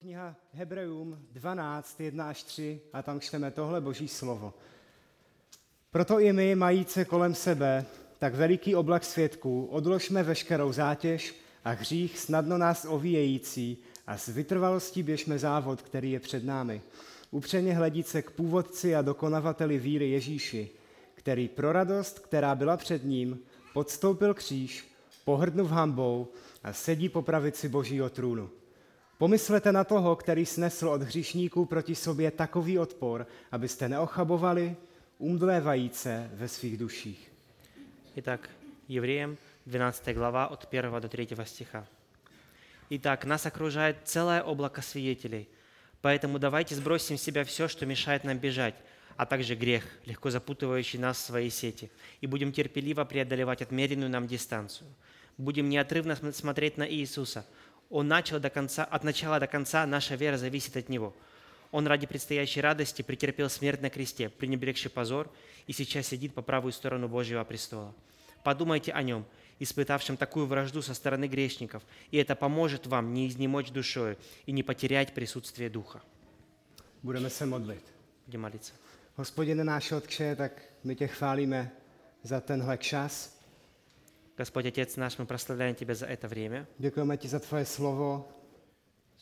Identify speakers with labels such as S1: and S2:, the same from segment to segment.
S1: Kniha Hebrejům 12, 1 až 3 a tam čteme tohle boží slovo. Proto i my, majíce kolem sebe tak veliký oblak světků, odložme veškerou zátěž a hřích snadno nás ovíjející a s vytrvalostí běžme závod, který je před námi. Upřeně hledí se k původci a dokonavateli víry Ježíši, který pro radost, která byla před ním, podstoupil kříž, pohrdnul hambou a sedí po pravici božího trůnu. Pomyslete na toho, který snesl od hříšníků proti sobě takový odpor, abyste neochabovali, umdlévajíce ve svých duších.
S2: Итак, Евреям 12 глава от 1 до 3 стиха. Итак, нас окружает целое облако свидетелей, поэтому давайте сбросим с себя все, что мешает нам бежать, а также грех, легко запутывающий нас в свои сети, и будем терпеливо преодолевать отмеренную нам дистанцию. Будем неотрывно см- смотреть на Иисуса. Он начал до конца, от начала до конца наша вера зависит от Него. Он ради предстоящей радости претерпел смерть на кресте, пренебрегший позор, и сейчас сидит по правую сторону Божьего престола. Подумайте о нем, испытавшем такую вражду со стороны грешников, и это поможет вам не изнемочь душою и не потерять присутствие Духа.
S1: Budeme se modlit.
S2: Будем молиться.
S1: Hospodine náš Otče, tak my tě chválíme za tenhle čas.
S2: Господь Отец наш, мы прославляем Тебя за это время.
S1: Děkujeme ti za tvoje slovo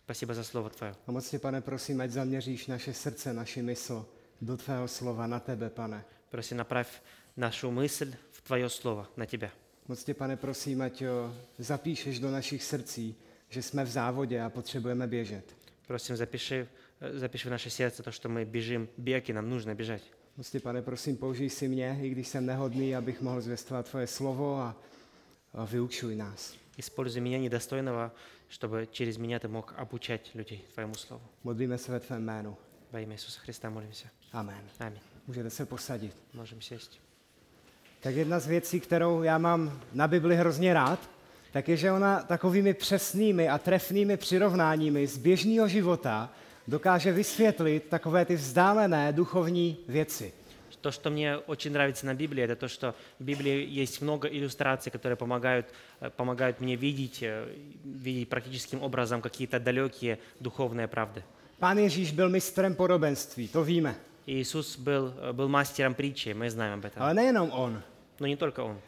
S2: Спасибо за Слово Твое.
S1: a moc tě, pane, prosím, ať zaměříš naše srdce, naši mysl do tvého slova, na tebe, pane.
S2: Проси, направь нашу мысль в Твое Слово, на Тебя.
S1: Moc tě, pane, prosím, ať jo, zapíšeš do našich srdcí, že jsme v závodě a potřebujeme běžet.
S2: Просим, запиши, э, запиши в наше сердце то, что мы бежим, бег, и нам нужно бежать.
S1: Moc tě, pane, prosím, použij si mě, i když jsem nehodný, abych mohl zvěstovat tvoje slovo a, a vyučuj nás.
S2: Используй меня недостойного, чтобы через меня Ты мог обучать людей Твоему Слову.
S1: Modlíme se ve tvém jménu.
S2: Во имя Иисуса Христа молимся.
S1: Amen.
S2: Аминь.
S1: Můžete se posadit.
S2: Можем сесть.
S1: Tak jedna z věcí, kterou já mám na Bibli hrozně rád, tak je, že ona takovými přesnými a trefnými přirovnáními z běžného života dokáže vysvětlit takové ty vzdálené duchovní věci.
S2: То, что мне очень нравится на Библии, это то, что в Библии есть много иллюстраций, которые помогают, э, помогают мне видеть, э, видеть практическим образом какие-то далекие духовные правды.
S1: Pán Ježíš byl mistrem podobenství, to víme.
S2: Иисус был, э, был мастером притчи, мы знаем об этом.
S1: Ale nejenom on.
S2: Но не только Он.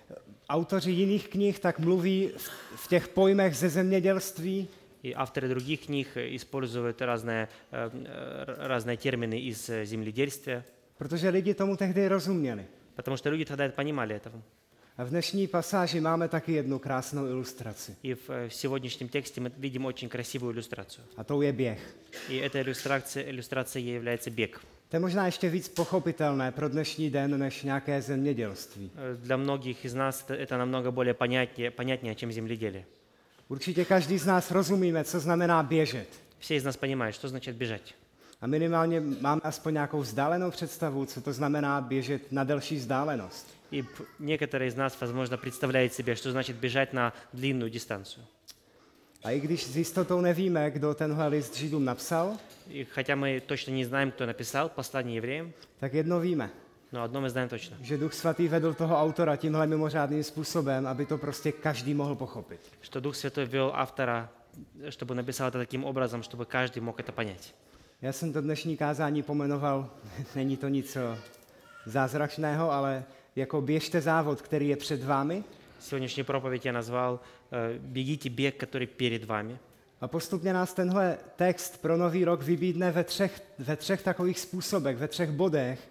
S1: Autoři jiných knih tak mluví v- v těch pojmech ze zemědělství,
S2: И авторы других книг э, используют разные, э, э, разные термины из э, земледельствия,
S1: protože lidi tomu tehdy rozuměli.
S2: потому что люди тогда это понимали этого.
S1: A v dnešní pasáži máme taky jednu krásnou ilustraci.
S2: И в, э, в сегодняшнем тексте мы видим очень красивую иллюстрацию.
S1: A tou je běh.
S2: И эта иллюстрация, иллюстрацией является бег.
S1: To je možná ještě víc pochopitelné pro dnešní den než nějaké zemědělství.
S2: Э, Для многих из нас т- это намного более понятнее, понятнее, чем земледелие.
S1: Určitě každý z nás rozumíme, co znamená běžet.
S2: Все из нас понимают, что значит бежать.
S1: A minimálně máme aspoň nějakou vzdálenou představu, co to znamená běžet na delší vzdálenost.
S2: И п- некоторые из нас, возможно, представляют себе, что значит бежать на длинную дистанцию.
S1: A i když s jistotou nevíme, kdo tenhle list Židům napsal,
S2: И хотя мы точно не знаем, кто написал послание евреям,
S1: tak jedno víme,
S2: но одно мы знаем точно.
S1: že Duch Svatý vedl toho autora tímhle mimořádným způsobem, aby to prostě každý mohl pochopit.
S2: Что Дух Святой ввел автора, э, чтобы написал это таким образом, чтобы каждый мог это понять.
S1: Já jsem to dnešní kázání pomenoval, není to nic eh, zázračného, ale jako běžte závod, který je před vámi,
S2: Сегодняшнюю проповедь я назвал э, «Бегите бег, который перед вами».
S1: A postupně nás tenhle text pro nový rok vybídne ve třech, ve třech takových způsobech, ve třech bodech,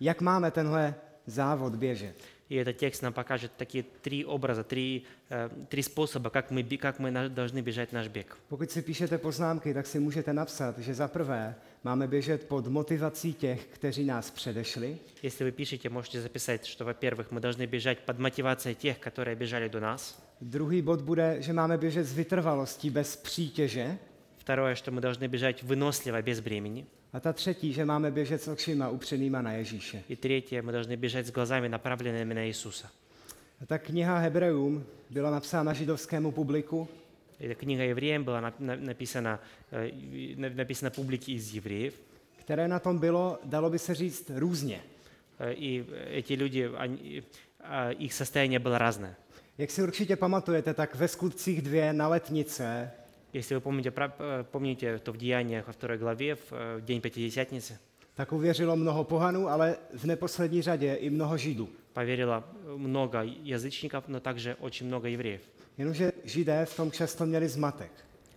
S1: jak máme tenhle závod běžet.
S2: И этот текст нам покажет такие три образа, три, э, три способа, как мы, бе- как мы на- должны бежать наш бег.
S1: Pokud si píšete poznámky, tak si můžete napsat, že za prvé máme běžet pod motivací těch, kteří nás předešli,
S2: Если вы пишете, можете записать, что, во-первых, мы должны бежать под мотивацией тех, которые бежали до нас.
S1: druhý bod bude, že máme běžet s vytrvalostí bez přítěže
S2: Второе, что мы должны bежать выносливо, без бремени.
S1: a ta třetí, že máme běžet s očima upřenýma na Ježíše.
S2: И третье, мы должны бежать с глазами, направленными на Иисуса.
S1: A ta kniha Hebrejům byla napsána židovskému publiku
S2: Эта книга евреям была нап- на- написана, э, и- на- написана публике из евреев.
S1: které na tom bylo, dalo by se říct, různě.
S2: Э, И эти люди, они- а, их состояние было разное.
S1: Jak si určitě pamatujete, tak ve skutcích dvě na letnice
S2: Если вы помните, про- э, помните, то в Деяниях во второй главе, в э, в день Пятидесятницы,
S1: Tak uvěřilo mnoho pohanů, ale v neposlední řadě i mnoho židů.
S2: поверило э, много язычников, но также очень много евреев.
S1: Jenomže židé v tom často měli zmatek,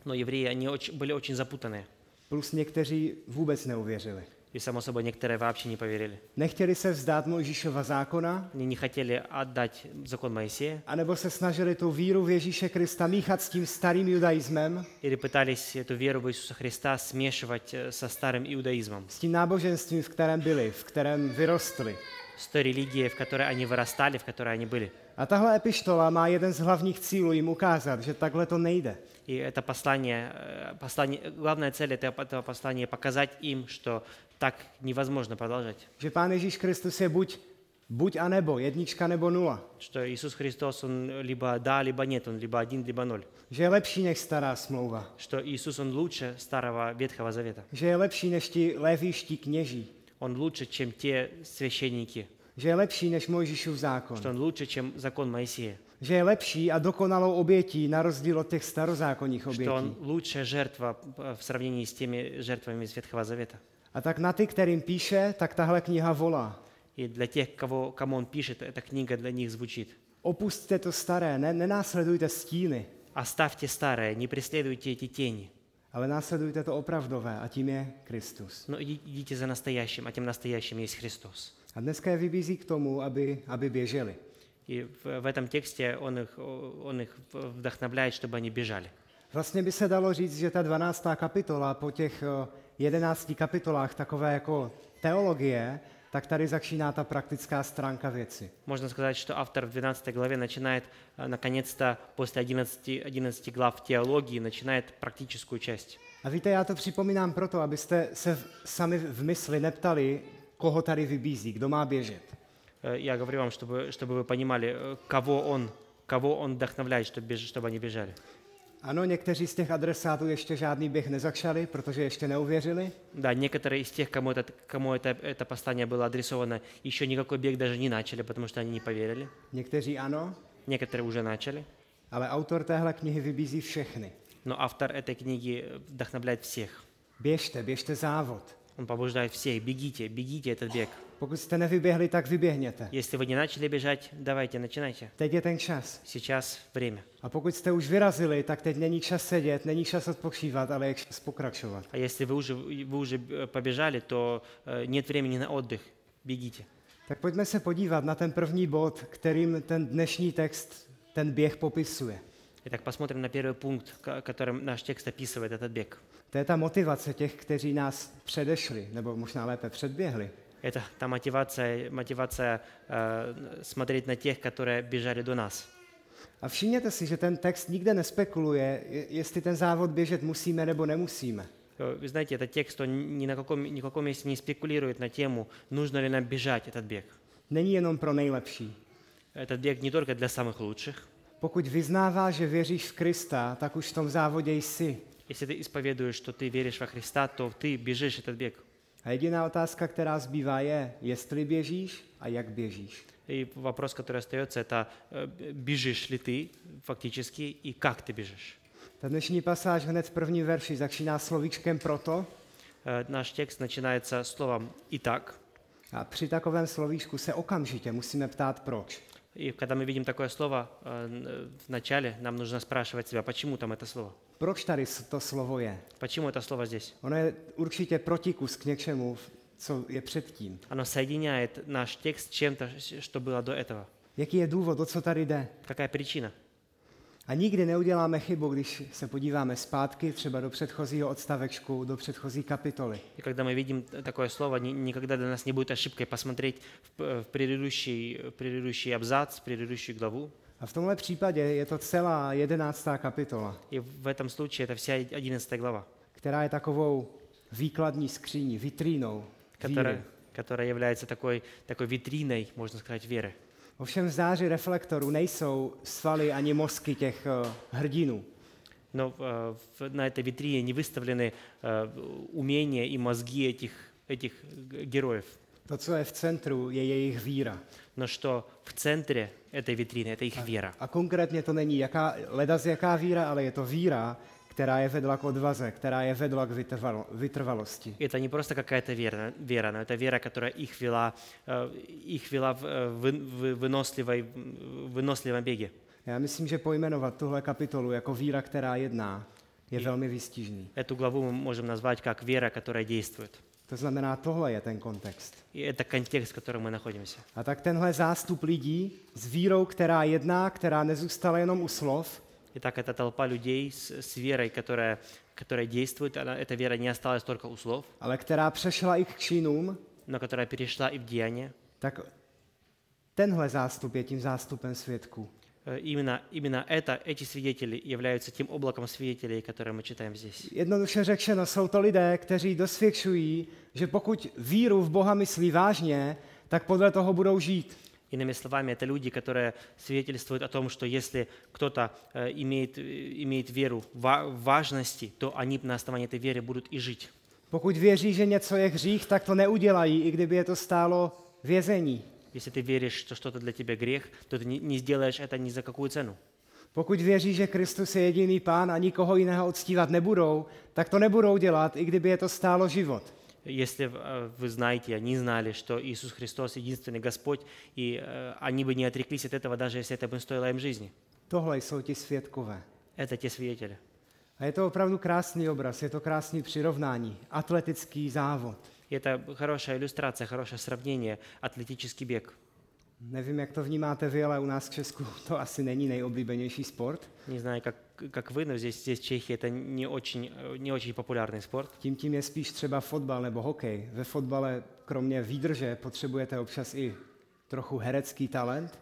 S2: Но евреи, они оч- были очень запутанные.
S1: plus někteří vůbec neuvěřili.
S2: И, само собой, некоторые вообще не поверили.
S1: Nechtěli se vzdát Mojžíšova zákona,
S2: Они не хотели отдать закон Моисея
S1: anebo se snažili tu víru v Ježíše Krista míchat s tím starým judaismem,
S2: или пытались эту веру в Иисуса Христа смешивать э, со старым иудаизмом,
S1: s tím náboženstvím, v kterém byli, v kterém vyrostli.
S2: с той религией, в которой они vyrастали, в которой они были.
S1: A tahle epištola má jeden z hlavních cílů jim ukázat, že takhle to nejde.
S2: И это послание, э, послание, главная цель это- этого послания – показать им, что так невозможно продолжать.
S1: Že Pán Ježíš Kristus je buď, buď a nebo, jednička nebo nula.
S2: Что Иисус Христос, Он либо да, либо нет, Он либо один, либо ноль.
S1: Že je lepší než stará smlouva.
S2: Что Иисус, Он лучше Старого Ветхого Завета.
S1: Že je lepší než ti levíští kněží.
S2: Он лучше, чем те священники.
S1: Že je lepší než Mojžíšův zákon.
S2: Что Он лучше, чем закон Моисея.
S1: Že je lepší a dokonalou obětí na rozdíl od těch starozákonních
S2: Что Он
S1: obětí.
S2: лучшая жертва э, в сравнении с теми жертвами из Ветхого Завета.
S1: A tak na ty, kterým píše, tak tahle kniha volá.
S2: И для тех, кого, кому Он пишет, эта книга для них звучит.
S1: Opustte to staré, ne, nenásledujte stíny,
S2: «Оставьте старое, не преследуйте эти тени».
S1: ale následujte to opravdové a tím je Kristus.
S2: Но иди- идите за настоящим, а тем настоящим есть Христос.
S1: A dneska je vybízí k tomu, aby, aby běželi.
S2: И в, в этом тексте он их, о, он их в- вдохновляет, чтобы они бежали.
S1: Vlastně by se dalo říct, že ta 12. kapitola po těch eh, 11 kapitolách takové jako teologie, tak tady začíná ta praktická stránka věci.
S2: Можно сказать, что автор в 12 главе начинает, э, наконец-то, после 11, 11 глав теологии, начинает практическую часть.
S1: A víte, já to připomínám proto, abyste se v, sami v mysli neptali, koho tady vybízí, kdo má běžet.
S2: Э, Я говорю вам, чтобы, чтобы вы понимали, э, кого он, кого он вдохновляет, чтобы, беж- чтобы они бежали.
S1: Ano, někteří z těch adresátů ještě žádný běh nezačali, protože ještě neuvěřili,
S2: Да, некоторые из тех, кому, этот, кому это, это послание было адресовано, еще никакой бег даже не начали, потому что они не поверили.
S1: někteří ano,
S2: Некоторые уже начали.
S1: ale autor téhle knihy vybízí všechny.
S2: Но автор этой книги э, вдохновляет всех.
S1: Běžte, běžte závod.
S2: Он побуждает всех. Бегите, бегите этот бег.
S1: Pokud jste nevyběhli, tak vyběhněte.
S2: Если вы не начали бежать, давайте, начинайте.
S1: Teď je ten čas.
S2: Сейчас время.
S1: A pokud jste už vyrazili, tak teď není čas sedět, není čas odpočívat, ale je čas pokračovat.
S2: А если вы уже, вы уже э, побежали, то э, нет времени на отдых. Бегите.
S1: Tak pojďme se podívat na ten první bod, kterým ten dnešní text ten běh popisuje.
S2: Итак, посмотрим на первый пункт, ко- которым наш текст описывает этот бег.
S1: To je ta motivace těch, kteří nás předešli, nebo možná lépe předběhli.
S2: Это та мотивация, мотивация э, смотреть на тех, которые бежали до нас.
S1: A všimněte si, že ten text nikde nespekuluje, je- jestli ten závod běžet musíme nebo nemusíme.
S2: Э, Вы знаете, этот текст, он ни на каком, ни в каком месте не спекулирует на тему, нужно ли нам бежать этот бег.
S1: Není jenom pro nejlepší.
S2: Этот бег не только для самых лучших.
S1: Pokud vyznává, že věříš v Krista, tak už v tom závodě jsi.
S2: Если ты исповедуешь, что ты веришь во Христа, то ты бежишь этот бег.
S1: A jediná otázka, která zbývá, je, jestli běžíš a jak běžíš.
S2: И вопрос, который остается, это э, бежишь ли ты фактически и как ты бежишь.
S1: Ta dnešní pasáž hned v první verši začíná slovíčkem proto
S2: Э, Наш текст начинается словом «итак».
S1: a při takovém slovíčku se okamžitě musíme ptát proč.
S2: И когда мы видим такое слово э, н- э, в начале, нам нужно спрашивать себя, почему там это слово?
S1: Proč tady s- to slovo je?
S2: Почему это слово здесь?
S1: Ono je určitě protikus k něčemu, co je předtím.
S2: Оно соединяет наш текст с чем-то, с- что было до этого.
S1: Jaký je důvod, o co tady jde?
S2: Какая причина?
S1: A nikdy neuděláme chybu, když se podíváme zpátky, třeba do předchozího odstavečku, do předchozí kapitoly.
S2: И когда мы видим т- такое слово, ни- никогда для нас не будет ошибкой посмотреть в, п- в предыдущий, в предыдущий абзац, в предыдущую главу.
S1: A v tomhle případě je to celá jedenáctá kapitola,
S2: И в этом случае это вся 11 глава,
S1: která je takovou výkladní skříní, vitrínou.
S2: которая,
S1: víry.
S2: которая является такой, такой витриной, можно сказать, веры.
S1: Ovšem v záři reflektoru nejsou svaly ani mozky těch eh, hrdinů.
S2: Но э, в- на этой витрине не выставлены э, умения и мозги этих, этих г- героев.
S1: To, co je v centru, je jejich víra.
S2: Но что в центре этой витрины – это их вера.
S1: A konkrétně to není jaká, leda z jaká víra, ale je to víra, která je vedla k odvaze, která je vedla k vytrvalo- vytrvalosti.
S2: Это не просто какая-то вера, вера, но это вера, которая их вела, э, их вела в э, вы- вы- выносливой- в выносливом беге.
S1: Já myslím, že pojmenovat tuhle kapitolu jako víra, která jedná, je velmi výstižný.
S2: Эту главу мы можем назвать как вера, которая действует.
S1: To znamená, tohle je ten kontext.
S2: И это контекст, в котором мы находимся.
S1: A tak tenhle zástup lidí s vírou, která jedná, která nezůstala jenom u slov,
S2: Итак, эта толпа людей с, с верой, которая, которая действует, она, эта вера не осталась только у слов,
S1: ale která přešla i k činům,
S2: но которая перешла и в деяния.
S1: tak tenhle zástup je tím zástupem svědků.
S2: Э, Именно, именно это, эти свидетели являются тем облаком свидетелей, которые мы читаем здесь.
S1: Jednoduše řečeno, jsou to lidé, kteří dosvědčují, že pokud víru v Boha myslí vážně, tak podle toho budou žít.
S2: Иными словами, это люди, которые свидетельствуют о том, что если кто-то э, имеет, э, имеет веру ва- в важности, то они на основании этой веры будут и жить.
S1: Pokud věří, že něco je hřích, tak to neudělají, i kdyby je to stálo vězení.
S2: Если ты веришь, что что-то для тебя грех, то ты не- не сделаешь это ни за какую цену.
S1: Pokud věří, že Kristus je jediný pán a nikoho jiného odstívat nebudou, tak to nebudou dělat, i kdyby je to stálo život.
S2: Если э, вы знаете, они знали, что Иисус Христос единственный Господь, и э, они бы не отреклись от этого, даже если это бы стоило им жизни.
S1: Tohle jsou ti svědkové.
S2: Это те свидетели.
S1: A je to opravdu krásný obraz, je to krásný přirovnání, atletický závod.
S2: И это хорошая иллюстрация, хорошее сравнение, атлетический бег.
S1: Nevím, jak to vnímáte vy, ale u nás v Česku to asi není nejoblíbenější sport.
S2: Не знаю, как, как вы, но здесь, здесь в Чехии это не очень, э, не очень populярный спорт.
S1: Tím tím je spíš třeba fotbal nebo hokej. Ve fotbale kromě výdrže potřebujete občas i trochu herecký talent.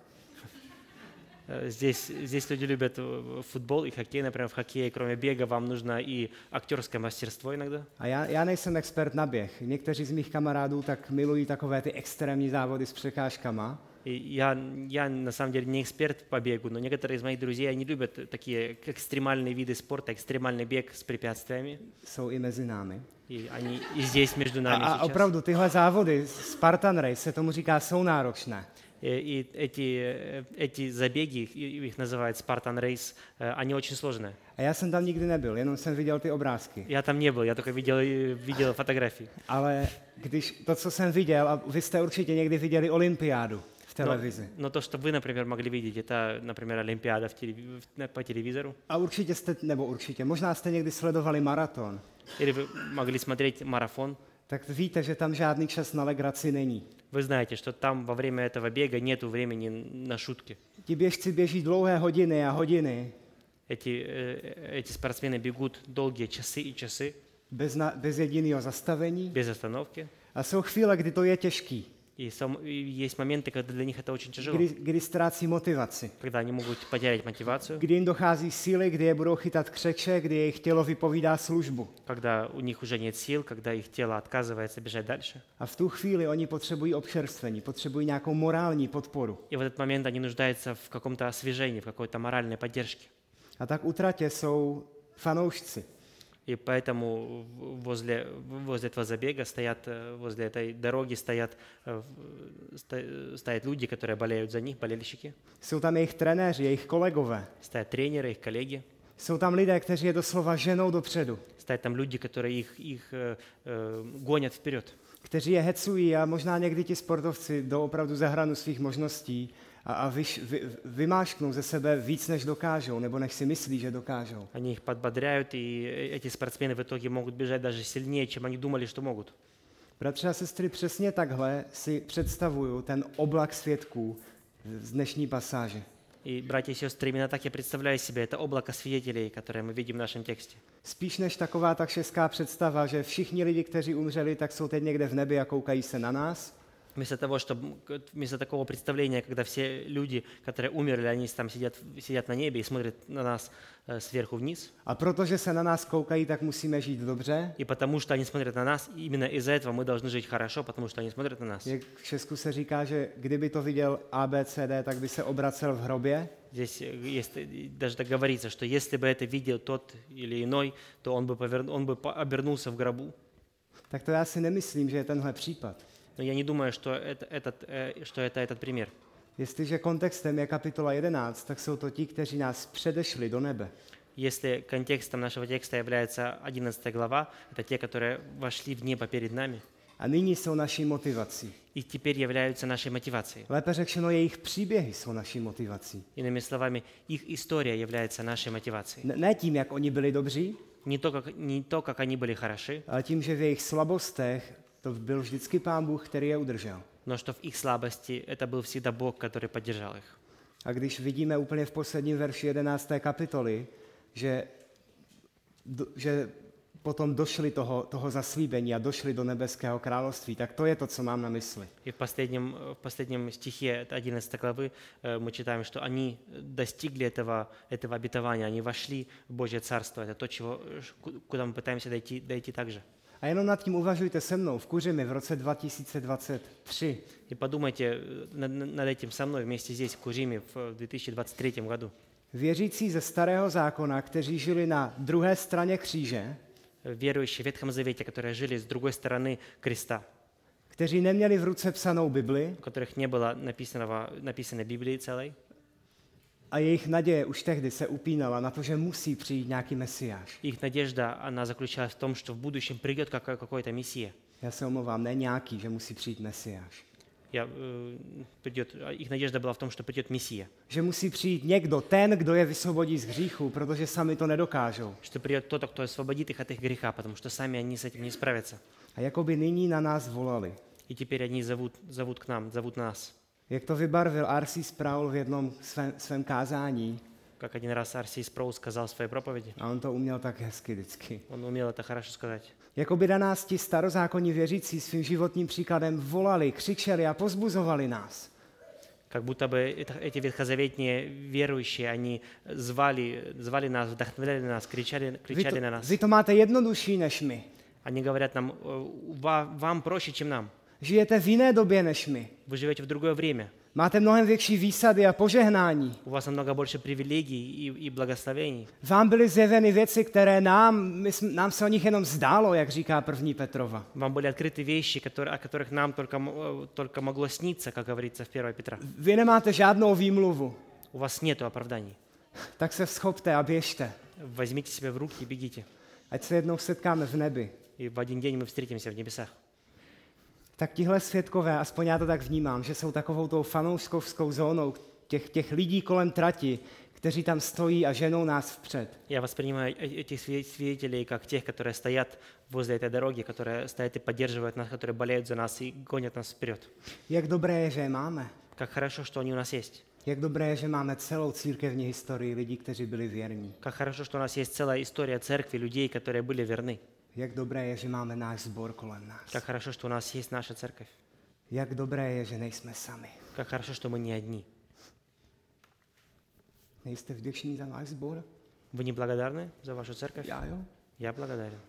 S2: Э, Здесь, здесь люди любят э, футбол и хоккей. Например, в хоккее, кроме бега, вам нужно и актерское мастерство иногда.
S1: A já, já nejsem expert na běh. Někteří z mých kamarádů tak milují takové ty extrémní závody s překážkama.
S2: И я, я на самом деле не эксперт по бегу, но некоторые из моих друзей, они любят такие экстремальные виды спорта, экстремальный бег с препятствиями.
S1: Jsou i mezi námi.
S2: И они и здесь между
S1: A,
S2: нами
S1: a
S2: сейчас.
S1: opravdu tyhle závody, Spartan Race se tomu říká, jsou náročné.
S2: И, и эти, э, эти забеги, и- их называют Spartan Race, э, они очень сложные.
S1: A já jsem tam nikdy nebyl, jenom jsem viděl ty obrázky.
S2: Я там не был, я только видел, э, видел фотографии.
S1: Ale když to, co jsem viděl, a vy jste určitě někdy viděli olympiádu v
S2: Но,
S1: televizi.
S2: но то, что вы, например, могли видеть, это, например, Олимпиада в телеви- в- на- по телевизору.
S1: A určitě jste, nebo určitě, možná jste někdy sledovali maraton.
S2: Или вы могли смотреть марафон.
S1: Tak víte, že tam žádný čas na legraci není.
S2: Вы знаете, что там во время этого бега нет времени на шутки.
S1: Ti běžci běží dlouhé hodiny a hodiny
S2: Эти, э, эти спортсмены бегут долгие часы и часы
S1: bez, na, bez jediného zastavení.
S2: без остановки.
S1: A jsou chvíle, kdy to je těžký,
S2: И, сам- и есть моменты, когда для них это очень тяжело,
S1: kdy, kdy ztrácí motivaci.
S2: когда они могут потерять мотивацию,
S1: Kdy jim dochází síly, kdy je budou chytat křeče, kdy jejich tělo vypovídá službu.
S2: когда у них уже нет сил, когда их тело отказывается бежать дальше.
S1: A v tu chvíli oni potřebují občerstvení, potřebují nějakou morální podporu.
S2: И в этот момент они нуждаются в каком-то освежении, в какой-то моральной поддержке.
S1: A tak utratě jsou fanoušci.
S2: И поэтому в- возле, возле этого забега стоят, э, возле этой дороги стоят, э, в- сто- стоят люди, которые болеют за них, болельщики.
S1: Jsou tam jejich trenéři, jejich kolegové.
S2: Стоят тренеры, их коллеги.
S1: Jsou tam lidé, kteří je doslova ženou dopředu,
S2: Стоят там люди, которые их, их э, э, гонят вперед.
S1: kteří je hecují a možná někdy ti sportovci jdou opravdu za hranu svých možností a, a vyš, vy, vymášknou ze sebe víc, než dokážou, nebo než si myslí, že dokážou.
S2: Они их подбодряют, и э- эти спортсмены в итоге могут бежать даже сильнее, чем они думали, что могут.
S1: Bratři a sestry, přesně takhle si představuju ten oblak svědků z dnešní pasáže.
S2: И, братья и сестры, именно так я представляю себе это облако свидетелей, которое мы видим в нашем тексте.
S1: Spíš než taková ta česká představa, že všichni lidi, kteří umřeli, tak jsou teď někde v nebi a koukají se na nás,
S2: Вместо того, чтобы вместо такого представления, когда все люди, которые умерли, они там сидят, сидят на небе и смотрят на нас э, сверху вниз.
S1: A protože se na nás koukají, tak musíme žít dobře.
S2: И потому что они смотрят на нас, именно из-за этого мы должны жить хорошо, потому что они смотрят на нас.
S1: Jak v Česku se říká, že kdyby to viděl ABCD, tak by se obracel v hrobě.
S2: Здесь э, есть, э, даже так говорится, что если бы это видел тот или иной, то он бы, повер- он бы по- обернулся в гробу.
S1: Tak to já si nemyslím, že je tenhle případ.
S2: Но я не думаю, что это, этот, э, что это этот пример.
S1: Jestliže kontextem je kapitola 11, tak jsou to ti, kteří nás předešli do nebe.
S2: Если контекстом нашего текста является 11 глава, это те, которые вошли в небо перед нами
S1: a nyní jsou naší motivací.
S2: и теперь являются нашей мотивацией.
S1: Lépe řečeno, jejich příběhy jsou naší motivací.
S2: Иными словами, их история является нашей мотивацией.
S1: N- Ne tím, jak oni byli dobří,
S2: Не то, как, не то, как они были хороши,
S1: ale tím, že v jejich slabostech to byl vždycky Pán Bůh, který je udržel.
S2: но что в их слабости это был всегда Бог, который поддержал их.
S1: A když vidíme úplně v posledním verši 11. kapitoly, že, do, že potom došli toho, toho zaslíbení a došli do nebeského království, tak to je to, co mám na mysli.
S2: И в последнем, в последнем стихе от 11 главы э, мы читаем, что они достигли этого, этого обетования, они вошли в Божье Царство. Это то, чего, э, ш- ку- куда мы пытаемся дойти, дойти также.
S1: A jenom nad tím uvažujte se mnou v Kuřimi v roce 2023.
S2: И подумайте э, над, над этим со мной вместе здесь, в Кужиме, в 2023 году.
S1: Věřící ze starého zákona, kteří žili na druhé straně kříže,
S2: Верующие в Ветхом Завете, которые жили с другой stороны креста,
S1: kteří neměli v ruce psanou Bibli
S2: у которых не было написанного, написанной Библии целой,
S1: a jejich naděje už tehdy se upínala na to, že musí přijít nějaký mesiáš.
S2: их надежда, она заключалась в том, что в будущем придет какой- какой-то Мессия.
S1: Já se omlouvám, ne nějaký, že musí přijít mesiáš.
S2: Я, э, придет, а их надежда была в том, что придет Мессия,
S1: Že musí přijít někdo, ten, kdo je vysvobodí z hříchu, protože sami to nedokážou.
S2: что придет кто-то, кто освободит их от их греха, потому что сами они с этим не справятся.
S1: A jakoby nyní na nás volali.
S2: И теперь они зовут, зовут к нам, зовут нас.
S1: Jak to vybarvil R.C. Sproul v jednom svém, svém kázání,
S2: Как один раз Арсий Спроу сказал в своей проповеди,
S1: a on to uměl tak hezky vždycky.
S2: он умел это хорошо сказать,
S1: Jakoby Jako na nás ti starozákonní věřící svým životním příkladem volali, křičeli a pozbuzovali nás.
S2: как будто бы это- эти ветхозаветные верующие, они звали, звали нас, вдохновляли нас, кричали,
S1: Vy to,
S2: кричали на нас.
S1: vy to máte jednodušší než my.
S2: Они говорят нам, «Э, ва- вам проще, чем нам.
S1: Žijete v jiné době než my.
S2: Вы живете в другое время,
S1: Máte mnohem větší výsady a požehnání.
S2: у вас намного больше привилегий и- и благословений.
S1: Vám byly zjeveny věci, které nám, my, jsme- nám se o nich jenom zdálo, jak říká první Petrova.
S2: Вам были открыты вещи, которые, о которых нам только, м- э, только могло сниться, как говорится в 1 Петра.
S1: Vy nemáte žádnou výmluvu,
S2: У вас нет оправданий.
S1: tak se schopte a běžte.
S2: Возьмите себя в руки и бегите.
S1: Ať se jednou setkáme v nebi.
S2: И в один день мы встретимся в небесах.
S1: Tak tihle světkové, aspoň já to tak vnímám, že jsou takovou tou fanouškovskou zónou těch, těch lidí kolem trati, kteří tam stojí a ženou nás vpřed.
S2: Я воспринимаю э- этих свидет- свидетелей как тех, которые стоят возле этой дороги, которые стоят и поддерживают нас, которые болеют за нас и гонят нас вперед.
S1: Jak dobré je, že je máme.
S2: Как хорошо, что они у нас есть.
S1: Jak dobré je, že máme celou církevní historii lidí, kteří byli věrní.
S2: Как хорошо, что у нас есть целая история церкви, людей, которые были верны.
S1: Jak dobré je, že máme náš sbor kolem nás.
S2: Как хорошо, что у нас есть наша церковь.
S1: Jak dobré je, že nejsme sami.
S2: Как хорошо, что мы не одни.
S1: Nejste vděční za náš sbor?
S2: Вы не благодарны за вашу церковь?
S1: Já jo.
S2: Я благодарен.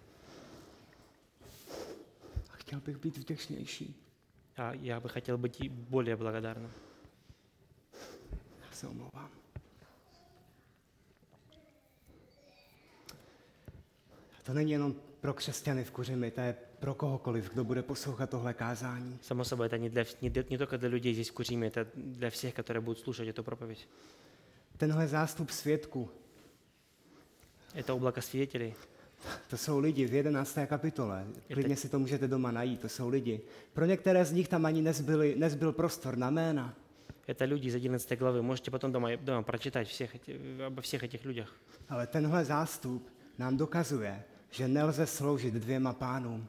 S1: A chtěl bych být vděčnější.
S2: А я бы хотел быть и более благодарным.
S1: Já se omlouvám. To není jenom pro křesťany v Kořimi, to je pro kohokoliv, kdo bude poslouchat tohle kázání.
S2: Само собой, это не, для, вс- не, для- не только для людей здесь в Куриме, это для всех, которые будут слушать эту проповедь.
S1: Tenhle zástup svědků,
S2: Это облако свидетелей.
S1: to jsou lidi v 11. kapitole,
S2: teď-
S1: klidně si to můžete doma najít, to jsou lidi. Pro některé z nich tam ani nezbyly, nezbyl prostor na jména,
S2: Это люди из 11 главы. Можете потом дома, дома прочитать всех эти- обо всех этих людях.
S1: ale tenhle zástup nám dokazuje, že nelze sloužit dvěma pánům.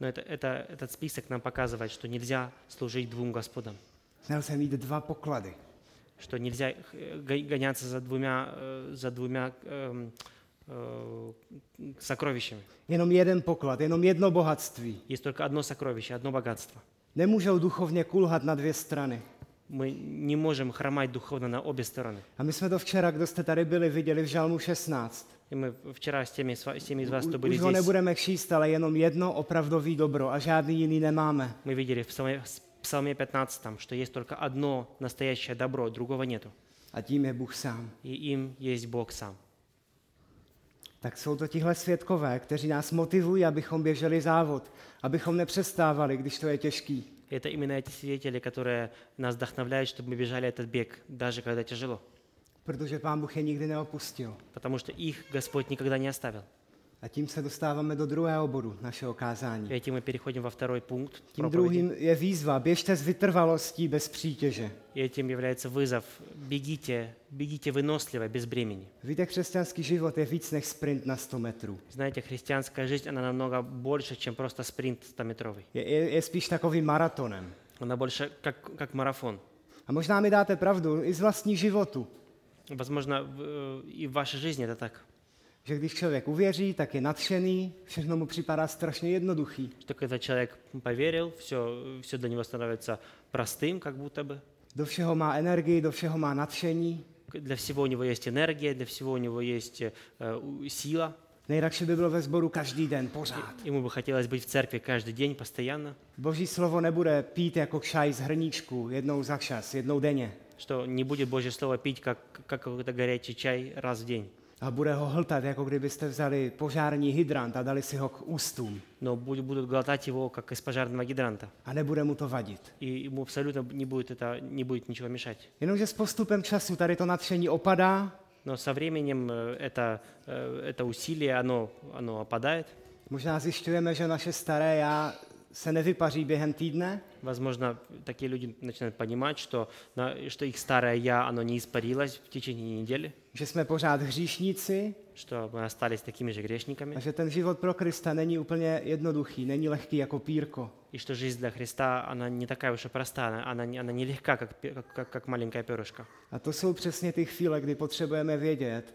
S2: Но это, это, этот список нам показывает, что нельзя служить двум Господам,
S1: Nelze mít dva poklady.
S2: что нельзя э, го- гоняться за двумя, э, за двумя эм, э, сокровищами.
S1: Jenom jeden poklad, jenom jedno bohatství.
S2: Есть только одно сокровище, одно богатство.
S1: Nemůžou duchovně kulhat na dvě strany.
S2: Мы не можем хромать духовно на обе стороны.
S1: A my jsme to včera, kdo jste tady byli, viděli v Žalmu 16.
S2: И мы вчера с теми, с ва- с теми из вас, кто
S1: U,
S2: были
S1: už ho
S2: здесь,
S1: nebudeme kšíst, ale jenom jedno opravdový dobro a žádný jiný nemáme.
S2: мы видели в псалме, в псалме 15, что есть только одно настоящее добро, другого нету.
S1: A tím je Bůh sám.
S2: И им есть Бог сам.
S1: Tak jsou to tihle světkové, kteří nás motivují, abychom běželi závod, abychom nepřestávali, když to je těžký.
S2: Это именно эти свидетели, которые нас вдохновляют, чтобы мы бежали этот бег, даже когда тяжело.
S1: protože Pán Bůh je nikdy neopustil.
S2: потому что их Господь никогда не оставил.
S1: A tím se dostáváme do druhého bodu našeho kázání.
S2: И этим мы переходим во второй пункт
S1: Tím
S2: проповеди.
S1: druhým je výzva, běžte s vytrvalostí bez přítěže.
S2: И этим является вызов. Бегите, бегите выносливо, без бремени.
S1: Víte, křesťanský život je víc než sprint na 100 metrů.
S2: Знаете, христианская жизнь, она намного больше, чем просто спринт 100-метровый.
S1: Je, je, je spíš takovým maratonem.
S2: Она больше как, как марафон.
S1: A možná mi dáte pravdu i z vlastní životu,
S2: Возможно, в- э, и в вашей жизни это так.
S1: že když člověk uvěří, tak je nadšený, všechno mu připadá strašně jednoduchý.
S2: Что когда человек поверил, все, все для него становится простым, как будто бы.
S1: Do všeho má energii, do všeho má nadšení.
S2: Для всего у него есть энергия, для всего у него есть э, у- сила.
S1: Nejradši by bylo ve sboru každý den, pořád.
S2: Ему бы хотелось быть в церкви каждый день, постоянно.
S1: Boží slovo nebude pít jako čaj z hrníčku, jednou za čas, jednou denně.
S2: Что не будет Божье Слово пить, как, как какой-то горячий čай раз в день.
S1: A bude ho hltat, jako kdybyste vzali požární hydrant a dali si ho k ústům.
S2: Но буд- будут глотать его, как из пожарного гидранта.
S1: A nebude mu to vadit.
S2: И ему абсолютно не будет, это, не будет ничего мешать.
S1: Jenomže s postupem času tady to nadšení opadá,
S2: Но со временем э, это, э, это усилие, оно, оно опадает.
S1: možná zjišťujeme, že naše staré já se nevypaří během týdne,
S2: Возможно, такие люди начинают понимать, что, на- что их старое «я», оно не испарилось в течение недели,
S1: že jsme pořád hříšníci
S2: что мы остались такими же
S1: a
S2: грешниками,
S1: že ten život pro Krista není úplně jednoduchý, není lehký jako pírko.
S2: и что жизнь для Христа, она не такая уж и проста, она, она, не- она не легка, как, пе- как, как, как маленькая перышко.
S1: A to jsou přesně ty chvíle, kdy potřebujeme vědět,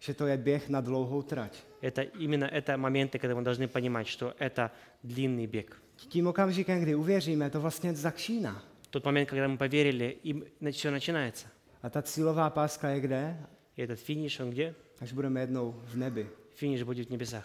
S1: že to je běh na dlouhou trať.
S2: Это именно это моменты, когда мы должны понимать, что это длинный бег.
S1: Tím okamžikem, kdy uvěříme, to vlastně začíná.
S2: Тот момент, когда мы поверили, им все начинается.
S1: A ta cílová páska je kde?
S2: И этот финиш, он где?
S1: Až budeme jednou v nebi.
S2: Финиш будет в небесах.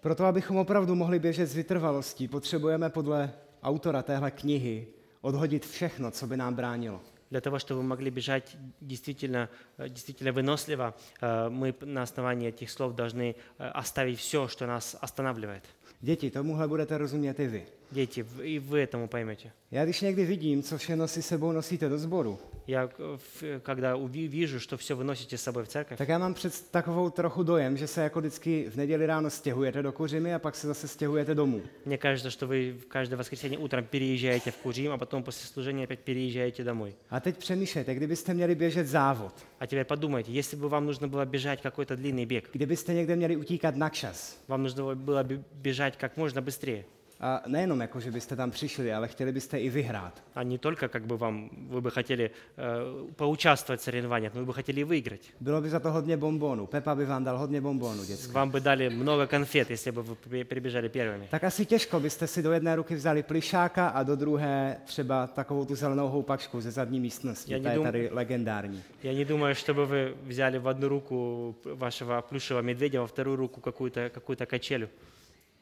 S1: Proto, abychom opravdu mohli běžet s vytrvalostí, potřebujeme podle autora téhle knihy odhodit všechno, co by nám bránilo.
S2: Для того, чтобы мы могли бежать действительно, э, действительно выносливо, э, мы п- на основании этих слов должны э, оставить все, что нас останавливает.
S1: Děti, tomuhle budete rozumět i vy.
S2: Дети, в- и вы этому поймете.
S1: Já když někdy vidím, co všechno si sebou nosíte do sboru,
S2: Я, э, в- когда уви- вижу, что все вы носите с собой в церковь,
S1: tak já mám před takovou trochu dojem, že se jako vždycky v neděli ráno stěhujete do kořimy a pak se zase stěhujete domů.
S2: мне кажется, что вы в каждое воскресенье утром переезжаете в Курим, а потом после служения опять переезжаете домой.
S1: A teď přemýšlejte, kdybyste měli běžet závod,
S2: А теперь подумайте, если бы вам нужно было бежать какой-то длинный бег,
S1: kdybyste někde měli utíkat na čas,
S2: вам нужно было бы бежать как можно быстрее,
S1: a nejenom jako, že byste tam přišli, ale chtěli byste i vyhrát,
S2: а не только как бы вам, вы бы хотели э, поучаствовать в соревнованиях, но вы бы хотели и выиграть.
S1: bylo by za to hodně bombónů. Pepa by vám dal hodně bombónů, děti.
S2: Вам бы дали много конфет, если бы вы при- прибежали первыми.
S1: Tak asi těžko byste si do jedné ruky vzali plišáka a do druhé třeba takovou tu zelenou houpačku ze zadní místnosti.
S2: Já
S1: Ta je
S2: nedum-
S1: tady legendární.
S2: Я не думаю, чтобы вы взяли в одну руку вашего плюшевого медведя, во вторую руку какую-то какую качелю.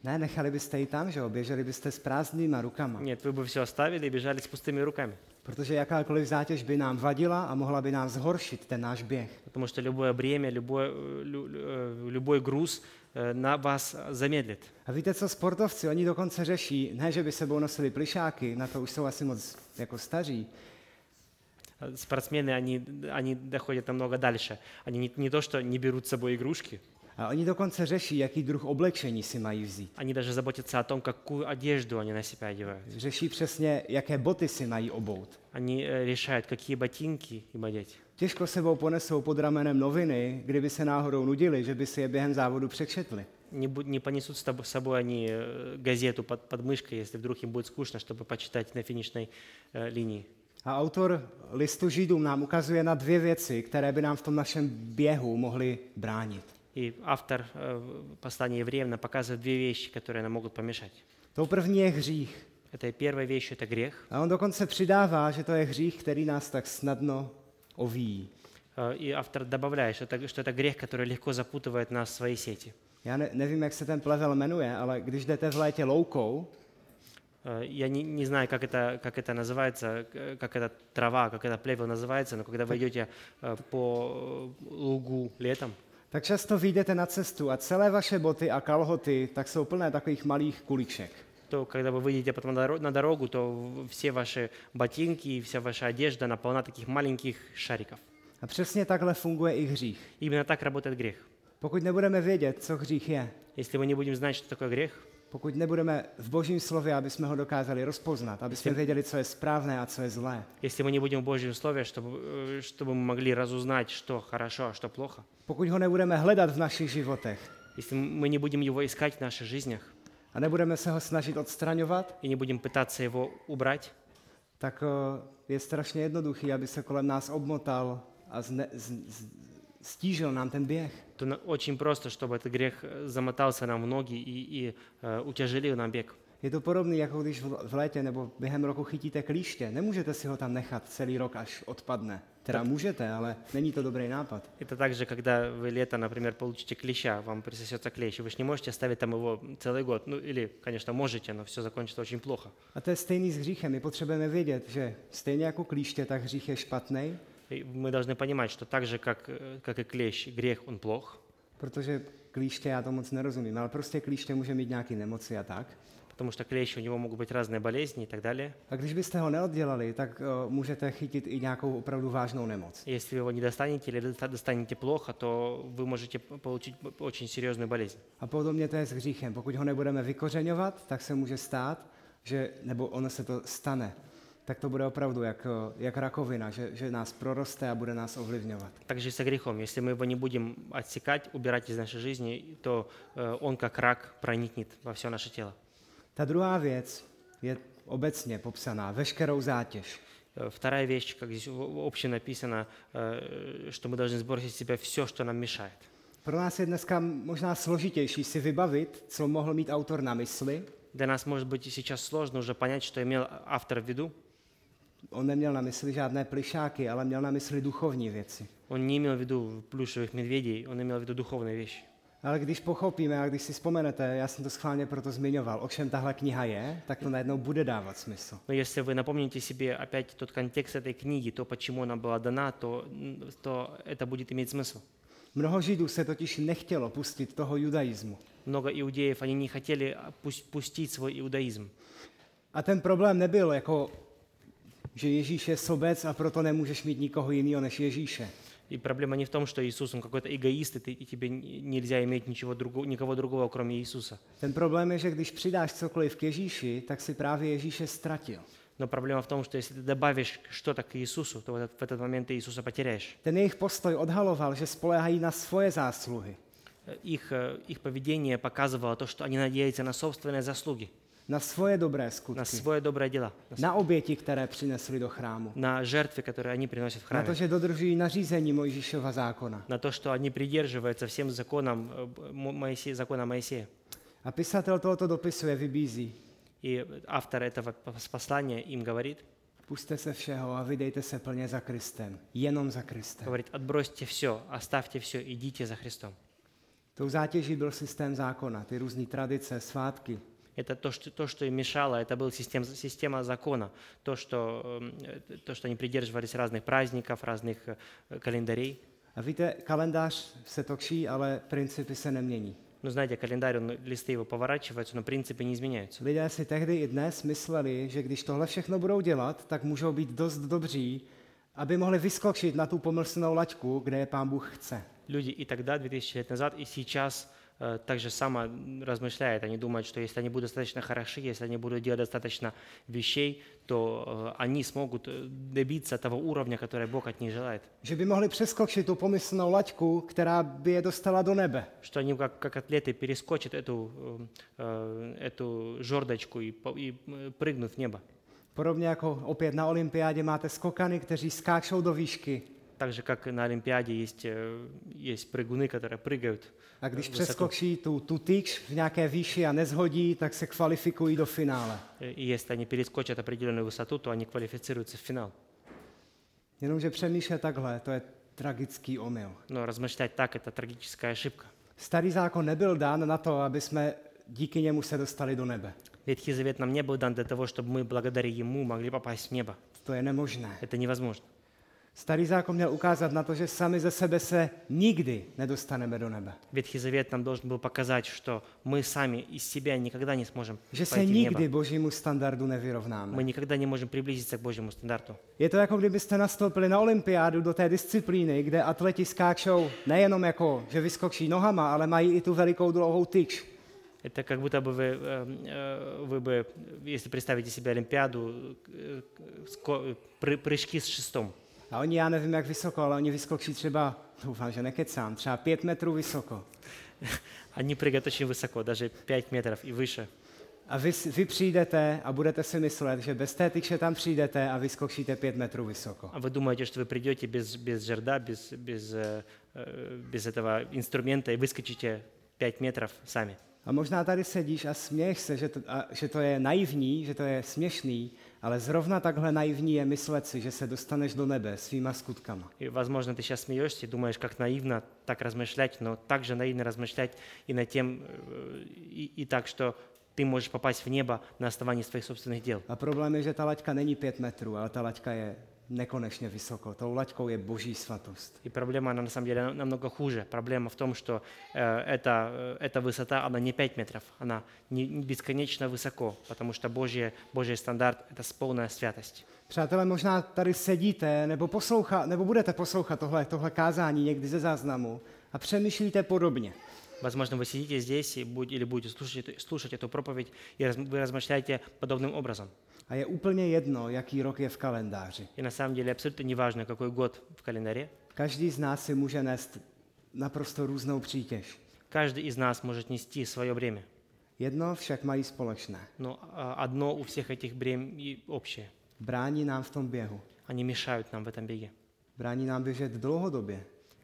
S1: Ne, nechali byste ji tam, že jo? Běželi byste s prázdnýma rukama.
S2: Нет, вы бы все оставили и бежали с пустыми руками.
S1: Protože jakákoliv zátěž by nám vadila a mohla by nám zhoršit ten náš běh.
S2: Потому что любое бремя, любой, э, лю- лю- э, любой груз э, на вас замедлит.
S1: A víte co, sportovci, oni dokonce řeší, ne, že by sebou nosili plišáky, na to už jsou asi moc jako staří,
S2: Э, Спортсмены, они, они доходят намного дальше. Они не, не то, что не берут с собой игрушки,
S1: a oni dokonce řeší, jaký druh oblečení si mají vzít.
S2: они даже заботятся о том, какую одежду они на себя одевают.
S1: Řeší přesně, jaké boty si mají obout.
S2: Они э, решают, какие ботинки им одеть.
S1: Těžko sebou ponesou pod ramenem noviny, kdyby se náhodou nudili, že by si je během závodu přečetli.
S2: Не, бу- не понесут с тоб- с собой они э, газету под, под мышкой, если вдруг им будет скучно, чтобы почитать на финишной э, линии.
S1: A autor listu Židům nám ukazuje na dvě věci, které by nám v tom našem běhu mohly bránit.
S2: И автор э, послания евреям нам показывает две вещи, которые нам могут помешать.
S1: Tou první je hřích.
S2: Это первая вещь, это грех.
S1: A on dokonce přidává, že to je hřích, který nás tak snadno ovíjí.
S2: Э, И автор добавляет, что это, что это грех, который легко запутывает нас в свои сети.
S1: Já ne, nevím, jak se ten plevel jmenuje, ale když jdete v létě loukou,
S2: Э, Я не, не знаю, как это, как это называется, э, как эта трава, как это плевел называется, но когда вы идете э, по э, лугу летом,
S1: tak чasto vyjdete na cestu a celé vaše boty a kalhoty tak jsou plné takových malých kuliček.
S2: то когда вы выйдете потом на доро- на дорогу, то все ваши ботинки и вся ваша одежда наполна таких маленьких шариков.
S1: A přesně takhle funguje i hřích.
S2: Именно так работает грех.
S1: Pokud nebudeme vědět, co hřích je,
S2: Если мы не будем знать, что такое грех,
S1: pokud nebudeme v božím slově, aby jsme ho dokázali rozpoznat, aby jsme věděli, co je správné a co je zlé,
S2: если мы не будем в Божьем Слове, чтобы, э, чтобы мы могли разузнать, что хорошо, а что плохо,
S1: pokud ho nebudeme hledat v našich životech
S2: если мы не будем его искать в наших жизнях
S1: a nebudeme se ho snažit odstraňovat,
S2: и не будем пытаться его убрать,
S1: tak eh, je strašně jednoduchý, aby se kolem nás obmotal a zne, z, z, stížil nám ten běh.
S2: то на- очень просто, чтобы этот грех э, замотался нам в ноги и, и э, утяжелил нам бег.
S1: Je to podobné, jako když v v létě nebo během roku chytíte klíště. Nemůžete si ho tam nechat celý rok, až odpadne. Teda můžete, ale není to dobrý nápad.
S2: Это также, когда вы лето, например, получите клеща, вам присосется клещ, и вы же не можете оставить там его целый год. Ну или, конечно, можете, но все закончится очень плохо.
S1: A to je stejný s hříchem. My potřebujeme vědět, že stejně jako klíště, tak hřích je špatný,
S2: И мы должны понимать, что так же, как, э, как и клещ, грех, он плох,
S1: protože klíště, já to moc nerozumím, ale prostě klíště může mít nějaké nemoci a tak.
S2: потому что клещ, у него могут быть разные болезни и так далее.
S1: A když byste ho neoddělali, tak eh, můžete chytit i nějakou opravdu vážnou nemoc.
S2: Если вы его не достанете или доста- достанете плохо, то вы можете п- получить п- очень серьезную болезнь.
S1: A podobně to je s hříchem. Pokud ho nebudeme vykořeňovat, tak se může stát, že, nebo ono se to stane, tak to bude opravdu jak, eh, jak rakovina, že, že nás proroste a bude nás ovlivňovat.
S2: Также и со грехом. Если мы его не будем отсекать, убирать из нашей жизни, то э, он как рак проникнет во все наше тело.
S1: Ta druhá věc je obecně popsaná, veškerou zátěž.
S2: Э, Вторая вещь, как здесь общем написано, э, что мы должны сбросить с себя все, что нам мешает.
S1: Pro nás je dneska možná složitější si vybavit, co mohl mít autor na mysli.
S2: Для нас, может быть, и сейчас сложно уже понять, что имел э, автор в виду.
S1: On neměl na mysli žádné plišáky, ale měl na mysli duchovní věci.
S2: Он не имел в виду плюшевых медведей, он имел в виду духовные вещи.
S1: Ale když pochopíme a když si vzpomenete, já jsem to schválně proto zmiňoval, o čem tahle kniha je, tak to najednou bude dávat smysl.
S2: Но если вы напомните себе опять тот контекст этой книги, то, почему она была дана, то, м, то это будет иметь смысл.
S1: Mnoho Židů se totiž nechtělo pustit toho judaismu.
S2: Много иудеев, они не хотели а, пус- пустить свой иудаизм.
S1: A ten problém nebyl jako, že Ježíš je sobec a proto nemůžeš mít nikoho jiného než Ježíše.
S2: И проблема не в том, что Иисус, он какой-то эгоист, и, ты- и тебе н- нельзя иметь ничего другого, никого другого, кроме Иисуса.
S1: Ten problém je, že když přidáš cokoliv k Ježíši, tak si právě Ježíše ztratil.
S2: Но проблема в том, что если ты добавишь что-то к Иисусу, то в этот, в этот момент ты Иисуса потеряешь.
S1: Ten jejich postoj odhaloval, že spolehají na svoje zásluhy,
S2: Э, Их, э, их поведение показывало то, что они надеются на собственные заслуги,
S1: na svoje dobré
S2: на
S1: skutky,
S2: свое доброе дело, на, с-
S1: na oběti, které přinesli do chrámu,
S2: на жертвы, которые они приносят в
S1: na to,
S2: храме,
S1: že dodržují nařízení Mojžíšova zákona.
S2: на то, что они придерживаются всем законам э, Б- Мо- Моисея, закона Моисея.
S1: A pisatel tohoto dopisu je vybízí.
S2: И э, автор этого п- послания им говорит,
S1: Puste se všeho a vydejte se plně za Kristem. Jenom za Kristem.
S2: говорит, отбросьте все, оставьте все, идите за Христом.
S1: Tou zátěží byl systém zákona, ty různé tradice, svátky.
S2: Это то, что, то, что им мешало, это была система закона, то что, эм, э, то, что они придерживались разных праздников, разных э, календарей.
S1: A víte, kalendář se točí, ale principy se nemění.
S2: Ну, знаете, календарь, он, листы его поворачиваются, но принципы не изменяются.
S1: Lidé si tehdy i dnes mysleli, že když tohle všechno budou dělat, tak můžou být dost dobří, aby mohli vyskočit na tu pomyslnou laťku, kde je pán Bůh chce.
S2: Люди и тогда, 2000 лет назад, и сейчас э, так же само размышляют. Они думают, что если они будут достаточно хороши, если они будут делать достаточно вещей, то э, они смогут э, добиться того уровня, который Бог от них желает.
S1: Že by mohli přeskočit tu pomyslnou laťku, která by je dostala do nebe.
S2: что они как, как атлеты перескочат эту, эм, э, эту жердочку и, по- и, э, прыгнут в небо.
S1: Podobně jako opět na olympiádě máte skokany, kteří skáčou do výšky.
S2: Так же, как и на Олимпиаде есть, э, есть прыгуны, которые прыгают.
S1: A když
S2: э, высоко.
S1: přeskočí tu, tu tyč v nějaké výši a nezhodí, tak se kvalifikují do finále.
S2: Э, И если они перескочат определенную высоту, то они квалифицируются в финал.
S1: Jenomže přemýšlet takhle, to je tragický omyl.
S2: Но размышлять так – это трагическая ошибка.
S1: Starý zákon nebyl dán na to, aby jsme díky němu se dostali do nebe.
S2: Ветхий Завет нам не был дан для того, чтобы мы благодаря Ему могли попасть в небо.
S1: To je nemožné.
S2: Это невозможно.
S1: Starý zákon měl ukázat na to, že sami ze sebe se nikdy nedostaneme do nebe.
S2: Ветхий Завет нам должен был показать, что мы сами из себя никогда не сможем
S1: Že se
S2: пойти в небо.
S1: nikdy božímu standardu nevyrovnáme.
S2: Мы никогда не можем приблизиться к Божьему стандарту.
S1: Je to jako kdybyste nastoupili na olympiádu do té disciplíny, kde atleti skáčou nejenom jako, že vyskočí nohama, ale mají i tu velikou dlouhou tyč.
S2: Это как будто бы вы, эм, э, вы бы, если представите себе Олимпиаду, э, к- с ко- пры- прыжки с шестом.
S1: A oni, já nevím jak vysoko, ale oni vyskočí třeba, doufám, že nekecám, třeba pět metrů vysoko.
S2: Они прыгают очень высоко, даже 5 метров и выше.
S1: A vy, s- vy přijdete a budete si myslet, že bez té tyče tam přijdete a vyskočíte pět metrů vysoko.
S2: А вы думаете, что вы придете без, без жерда, без, без, э, э, без этого инструмента и выскочите 5 метров сами.
S1: A možná tady sedíš a směješ se, že to, a, že to je naivní, že to je směšný, ale zrovna takhle naivní je myslet si, že se dostaneš do nebe svýma skutkama.
S2: И, возможно, ты сейчас смеешься и думаешь, как наивно так размышлять, но также наивно размышлять и над тем, э, и, и так, что ты можешь попасть в небо на основании своих собственных дел.
S1: A problém je, že ta laťka není pět metrů, ale ta laťka je nekonečně vysoko. Tou laťkou je boží svatost.
S2: И проблема, она на самом деле на- намного хуже. Проблема в том, что э, эта, э, эта высота, она не 5 метров, она не, не бесконечно высоко, потому что Божий, Божий стандарт – это с- полная святость.
S1: Přátelé, možná tady sedíte, nebo, posloucha, nebo budete poslouchat tohle, tohle kázání někdy ze záznamu a přemýšlíte podobně.
S2: Возможно, вы сидите здесь и будь- или будете слушать, эту- слушать эту проповедь, и раз- вы размышляете подобным образом.
S1: A je úplně jedno, jaký rok je v kalendáři.
S2: И на самом деле абсолютно неважно, какой год в календаре,
S1: Každý z nás si může nést naprosto různou přítěž.
S2: каждый из нас может нести свое бремя.
S1: Jedno však mají společné.
S2: Но а, одно у всех этих бремя общее.
S1: Brání nám v tom běhu.
S2: Они mешают нам в этом беге.
S1: Brání nám běžet dlouhodobě,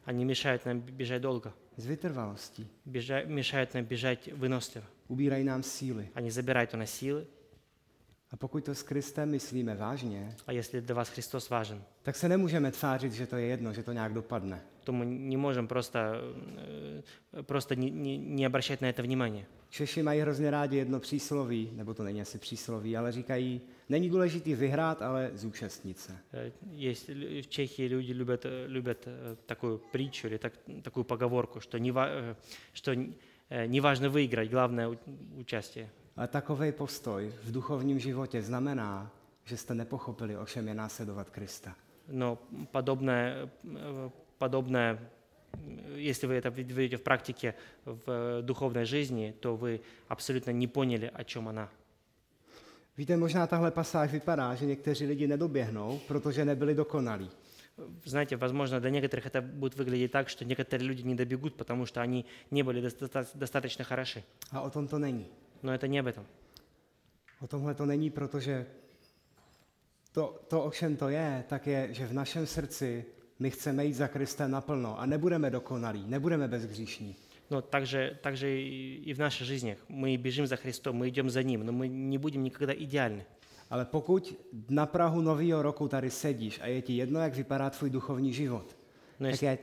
S2: Они mешают нам бежать долго.
S1: s vytrvalostí.
S2: бежа- мешают нам бежать выносливо.
S1: Ubírají nám síly.
S2: Они забирают у нас силы,
S1: A pokud to s Kristem myslíme vážně,
S2: а если для вас Христос важен,
S1: tak se nemůžeme tvářit, že to je jedno, že to nějak dopadne.
S2: то мы не можем просто, э, просто не, не- не обращать на это внимания.
S1: Češi mají hrozně rádi jedno přísloví, nebo to není asi přísloví, ale říkají, není důležitý vyhrát, ale zúčastnit se.
S2: Э, Есть, лю- в Чехии люди любят, э, любят э, такую притчу или так- такую поговорку, что, не, ва- э, что н- э, не важно выиграть, главное у- участие.
S1: A takový postoj v duchovním životě znamená, že jste nepochopili, o čem je následovat Krista.
S2: Но подобное, э, подобное, э, если вы это вид- видите в практике в э, духовной жизни, то вы абсолютно не поняли, о чем она.
S1: Víte, možná tahle pasáž vypadá, že někteří lidi nedoběhnou, protože nebyli dokonalí.
S2: Знаете, возможно, для некоторых это будет выглядеть так, что некоторые люди не добегут, потому что они не были доста- достаточно хороши.
S1: A o tom to není.
S2: Но это не об этом.
S1: O tomhle to není, protože to, to, o čem to je, tak je, že v našem srdci my chceme jít za Kristem naplno a nebudeme dokonalí, nebudeme bezhříšní.
S2: Но также, также и и в наших жизнях мы бежим за Христом, мы идем за Ним, но мы не будем никогда идеальны.
S1: Ale pokud na Prahu nového roku tady sedíš a je ti jedno, jak vypadá tvůj duchovní život,
S2: No
S1: tak
S2: jest-
S1: je,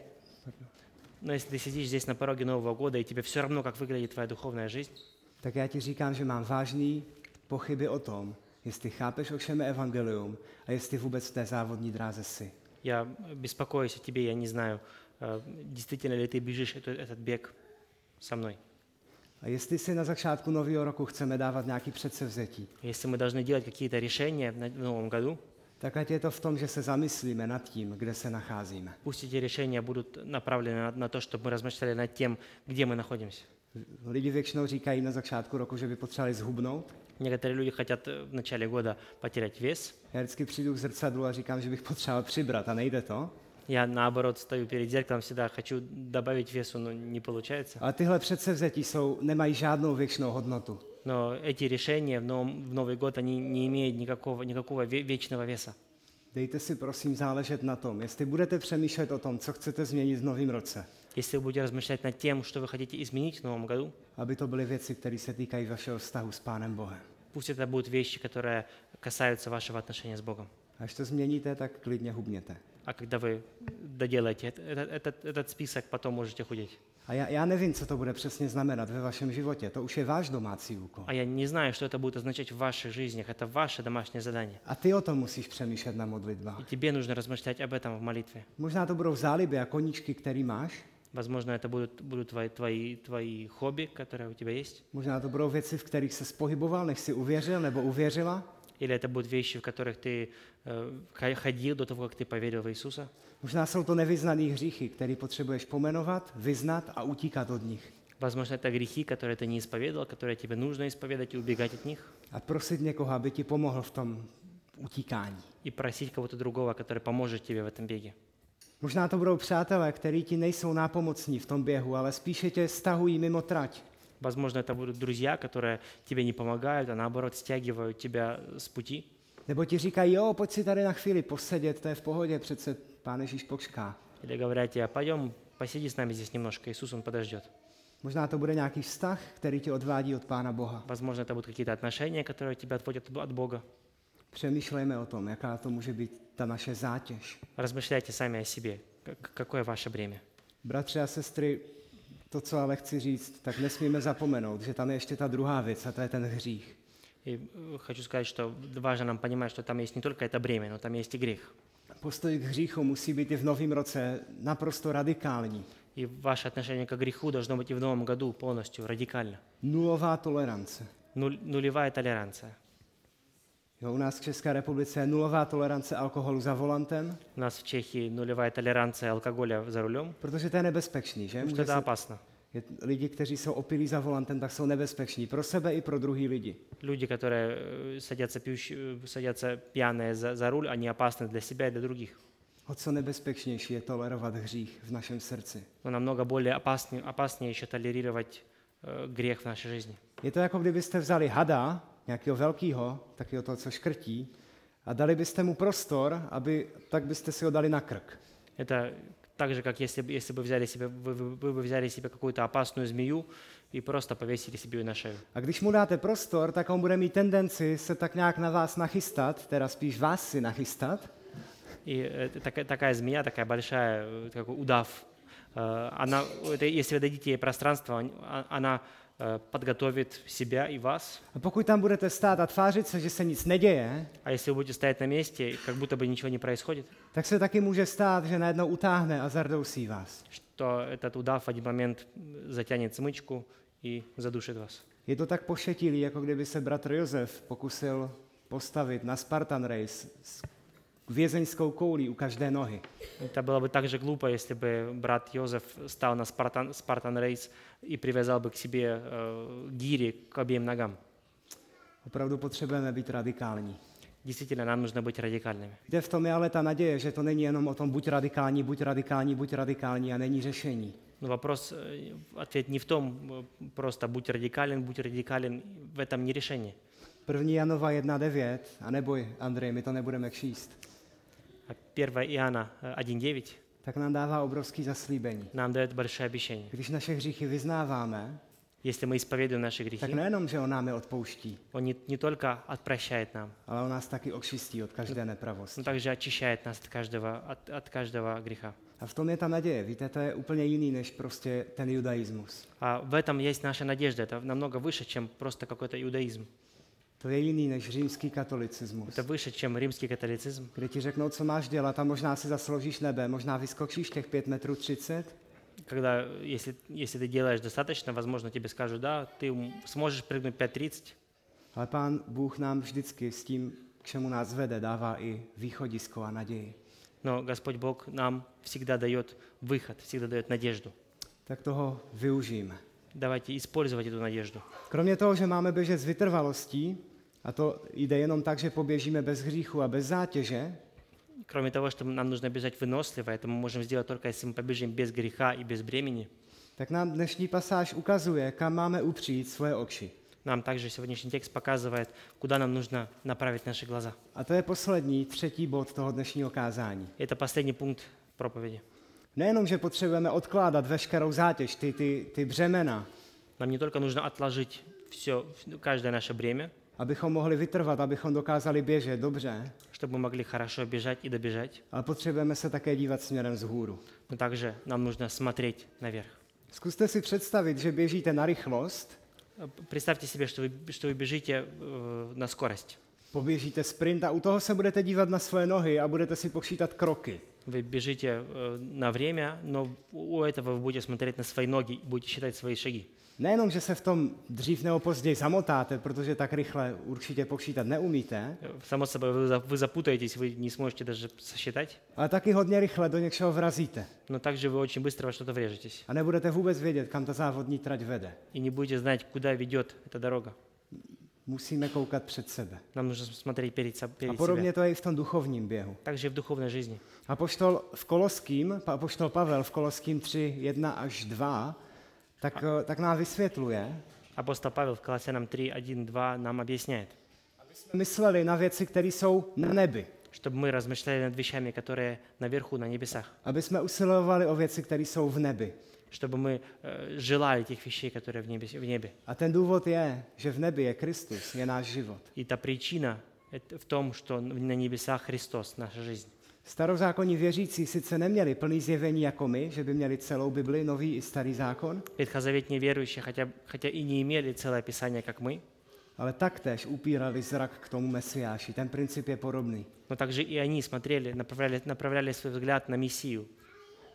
S2: Но если ты сидишь здесь на пороге Нового года, и тебе все равно, как выглядит твоя духовная жизнь,
S1: tak já ti říkám, že mám vážný pochyby o tom, jestli chápeš, o čem je evangelium a jestli vůbec v té závodní dráze jsi.
S2: я беспокоюсь о тебе, я не знаю, э, действительно ли ты бежишь эту- этот бег со мной.
S1: A jestli si na začátku nového roku chceme dávat nějaký předsevzetí,
S2: Если мы должны делать какие-то решения на- в Новом году,
S1: tak ať je to v tom, že se zamyslíme nad tím, kde se nacházíme.
S2: Пусть эти решения будут направлены на, на то, чтобы мы размышляли над тем, где мы находимся.
S1: Lidi většinou říkají na začátku roku, že by potřebovali zhubnout.
S2: Некоторые люди хотят э, в начале года потерять вес.
S1: Já vždycky přijdu k zrcadlu a říkám, že bych potřeboval přibrat a nejde to.
S2: Я, наоборот, стою перед зеркалом, всегда хочу добавить весу, но не получается.
S1: Ale tyhle předsevzetí jsou, nemají žádnou věčnou hodnotu.
S2: Но эти решения в, новом- в Новый год, они не имеют никакого, никакого ве- вечного веса.
S1: Dejte si prosím záležet na tom, jestli budete přemýšlet o tom, co chcete změnit v novém roce,
S2: Если вы будете размышлять над тем, что вы хотите изменить в Новом году,
S1: aby to byly věci, které se týkají vašeho vztahu s Pánem Bohem.
S2: пусть это будут вещи, которые касаются вашего отношения с Богом.
S1: Až to změníte, tak klidně hubněte.
S2: А когда вы доделаете эт- этот, этот- этот список, потом можете худеть.
S1: A já, já nevím, co to bude přesně znamenat ve vašem životě. To už je váš domácí úkol.
S2: А я не znаю, что это будет означать в ваших жизнях. Это ваше домашнее задание.
S1: A ty o tom musíš přemýšlet na modlitbách.
S2: И тебе нужно размышлять об этом в молитве.
S1: Možná to budou záliby a koníčky, který máš.
S2: Возможно, это будут, будут твои, твои, твои хобби, которые у тебя есть.
S1: Možná to budou věci, v kterých se spohyboval, než si uvěřil nebo uvěřila.
S2: Или это будут вещи, в которых ты э, ха- ходил до того, как ты поверил в Иисуса.
S1: Možná jsou to nevyznaný hříchy, které potřebuješ pomenovat, vyznat a utíkat od nich.
S2: Возможно, это грехи, которые ты не исповедовал, которые тебе нужно исповедать и убегать от них.
S1: A prosit někoho, aby ti pomohl v tom utíkání.
S2: И просить кого-то другого, который поможет тебе в этом беге.
S1: Možná to budou přátelé, kteří ti nejsou nápomocní v tom běhu, ale spíše tě stahují mimo trať.
S2: Возможно, это будут друзья, которые тебе не помогают, а наоборот стягивают тебя с пути.
S1: Nebo ti říkají, jo, pojď si tady na chvíli posedět, to je v pohodě, přece pán Ježíš počká.
S2: Или говорят тебе, пойдем, посиди с нами здесь немножко, Иисус, он подождет.
S1: Možná to bude nějaký vztah, který tě odvádí od Pána Boha.
S2: Возможно, это будут какие-то отношения, которые тебя отводят от Бога.
S1: Přemýšlejme o tom, jaká to může být ta naše zátěž.
S2: Размышляйте сами о себе, Как- какое ваше бремя.
S1: Bratři a sestry, to, co ale chci říct, tak nesmíme zapomenout, že tam je ještě ta druhá věc a to je ten hřích.
S2: И э, хочу сказать, что важно нам понимать, что там есть не только это бремя, но там есть и грех.
S1: Postoj k hříchu musí být i v novém roce naprosto radikální.
S2: И ваше отношение к греху должно быть и в новом году полностью, радикально.
S1: Nulová tolerance.
S2: Нуль- нулевая толеранция.
S1: Jo, u nás v České republice je nulová tolerance alkoholu za volantem,
S2: У нас в Чехии нулевая толеранция алкоголя за рулем,
S1: protože to je nebezpečný, že?
S2: потому что
S1: Může
S2: это
S1: se,
S2: опасно.
S1: je, lidi, kteří jsou opilí za volantem, tak jsou nebezpeční pro sebe i pro druhý lidi.
S2: Люди, которые э, садятся, пьющие, э, садятся пьяные за, за руль, они опасны для себя и для других.
S1: O co nebezpečnější je tolerovat hřích v našem srdci.
S2: Но намного более опаснее, опаснее еще толерировать э, грех в нашей жизни.
S1: Je to jako kdybyste vzali hada, nějakého velkého, takového toho, co škrtí, a dali byste mu prostor, aby, tak byste si ho dali na krk.
S2: Это так же, как если, бы- если бы взяли себе, вы, вы- вы бы взяли себе какую-то опасную змею и просто повесили себе ее на шею.
S1: A když mu dáte prostor, tak on bude mít tendenci se tak nějak na vás nachystat, teda spíš vás si nachystat,
S2: И э, така- такая змея, такая большая, э, такой удав, э, она, это если вы дадите ей пространство, он- а- она э, подготовит себя и вас.
S1: a pokud tam budete stát a tvářit se, že se nic neděje,
S2: А если вы будете стоять на месте, как будто бы ничего не происходит,
S1: tak se taky může stát, že najednou utáhne a zardousí vás.
S2: что этот удав в один момент затянет смычку и zadушит вас.
S1: Je to tak pošetilý, jako kdyby se bratr Josef pokusil postavit na Spartan Race s vězeňskou koulí u každé nohy.
S2: Это было бы так же глупо, если бы брат Йозеф стал на Спартан, Спартан Рейс и привязал бы к себе э, гири к обеим ногам.
S1: Opravdu potřebujeme být radikální.
S2: Действительно, нам нужно быть радикальными.
S1: Jde v tom je ale ta naděje, že to není jenom o tom buď radikální, buď radikální, buď radikální a není řešení.
S2: Но вопрос, э, ответ не в том, э, просто будь радикален, будь радикален, в этом не решение.
S1: 1. Janova 1.9, a neboj, Andrej, my to nebudeme číst,
S2: А 1 Иоанна э, 1.9
S1: tak nám dává obrovský zaslíbení.
S2: нам дает большое обещание.
S1: Když naše hříchy vyznáváme,
S2: Если мы исповедуем наши
S1: tak
S2: грехи,
S1: nejenom, že on nám je odpouští,
S2: Он не, не только отпрощает нам,
S1: ale on nás taky očistí od každé nepravosti.
S2: но также очищает нас от каждого, от, от каждого греха.
S1: A v tom je ta naděje. Víte, to je úplně jiný než prostě ten judaismus.
S2: А в этом есть наша надежда. Это намного выше, чем просто какой-то иудаизм.
S1: To je jiný než římský katolicismus.
S2: Это выше, чем римский католицизм.
S1: Kde ti řeknou, co máš dělat a možná si zasloužíš nebe, možná vyskočíš těch 5 metrů 30,
S2: Когда, э, если, если ты делаешь достаточно, возможно, тебе скажут, да, ты м- сможешь прыгнуть 5.30,
S1: ale pán Bůh nám vždycky s tím, k čemu nás vede, dává i východisko a naději.
S2: но Господь Бог нам всегда дает выход, всегда дает надежду.
S1: Tak toho využijeme.
S2: Давайте использовать эту надежду.
S1: Kromě toho, že máme běžet s vytrvalostí, a to jde jenom tak, že poběžíme bez hříchu a bez zátěže,
S2: Кроме того, что нам нужно бежать выносливо, это мы можем сделать только если мы побежим без греха и без бремени.
S1: tak nám dnešní pasáž ukazuje, kam máme upřít svoje oči.
S2: Нам также сегодняшний текст показывает, куда нам нужно направить наши глаза.
S1: A to je poslední, třetí bod toho dnešního kázání.
S2: Это последний пункт проповеди.
S1: Nejenom, že potřebujeme odkládat veškerou zátěž, ty, ty, ty břemena,
S2: Нам не только нужно отложить все, каждое наше бремя,
S1: abychom mohli vytrvat, abychom dokázali běžet dobře,
S2: чтобы мы могли хорошо бежать и добежать.
S1: ale potřebujeme se také dívat směrem vzhůru.
S2: Но также нам нужно смотреть наверх.
S1: Zkuste si představit, že běžíte na rychlost,
S2: Э, Представьте себе, что вы, что вы бежите э, на скорость.
S1: poběžíte sprint a u toho se budete dívat na své nohy a budete si počítat kroky.
S2: Вы бежите э, на время, но у этого вы будете смотреть на свои ноги и будете считать свои шаги.
S1: Nejenom, že se v tom dřív nebo později zamotáte, protože tak rychle určitě počítat neumíte,
S2: Э, Само собой, вы, за- вы запутаетесь, вы не сможете даже сосчитать,
S1: ale taky hodně rychle do něčeho vrazíte
S2: но также вы очень быстро во что-то врежетесь
S1: a nebudete vůbec vědět, kam ta závodní trať vede.
S2: и не будете знать, куда ведет эта дорога.
S1: Musíme koukat před sebe.
S2: Нам нужно смотреть перед, со-
S1: A
S2: перед
S1: podobně
S2: себя.
S1: to je i v tom duchovním běhu.
S2: Также и в духовной жизни.
S1: Apoštol v Koloským, pa- apoštol Pavel v Koloským 3, 1 až 2, tak, eh, tak nám vysvětluje,
S2: Апостол Павел в Колоссянам 3, 1, 2 nám объясняет,
S1: aby jsme mysleli na věci, které jsou na nebi,
S2: чтобы мы размышляли над вещами, которые наверху, на небесах,
S1: aby jsme usilovali o věci, které jsou v nebi.
S2: чтобы мы э, желали тех вещей, которые в, небе- в небе.
S1: A ten důvod je, že v nebi je Kristus, je náš život.
S2: И та причина это в том, что на небесах Христос, наша жизнь.
S1: Starozákonní věřící sice neměli plný zjevení jako my, že by měli celou Bibli, nový i starý zákon,
S2: Ветхозаветные верующие, хотя, хотя и не имели целое Писание, как мы,
S1: ale taktéž upírali zrak k tomu mesiáši. Ten princip je podobný.
S2: но также и они смотрели, направляли, направляли свой взгляд на Мессию.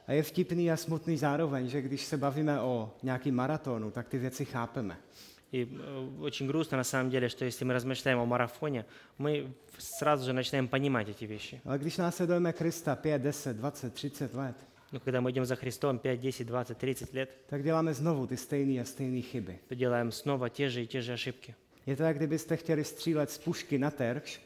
S1: A je vtipný a smutný zároveň, že když se bavíme o nějakým maratonu, tak ty věci chápeme.
S2: И э, очень грустно на самом деле, что если мы размышляем о марафоне, мы сразу же начинаем понимать эти вещи.
S1: Ale když následujeme Krista 5, 10, 20, 30 let,
S2: Но когда мы идем за Христом 5, 10, 20, 30 лет,
S1: tak děláme znovu ty stejné a stejné chyby.
S2: то делаем снова те же и те же ошибки.
S1: Je to, jak kdybyste chtěli střílet z pušky na terč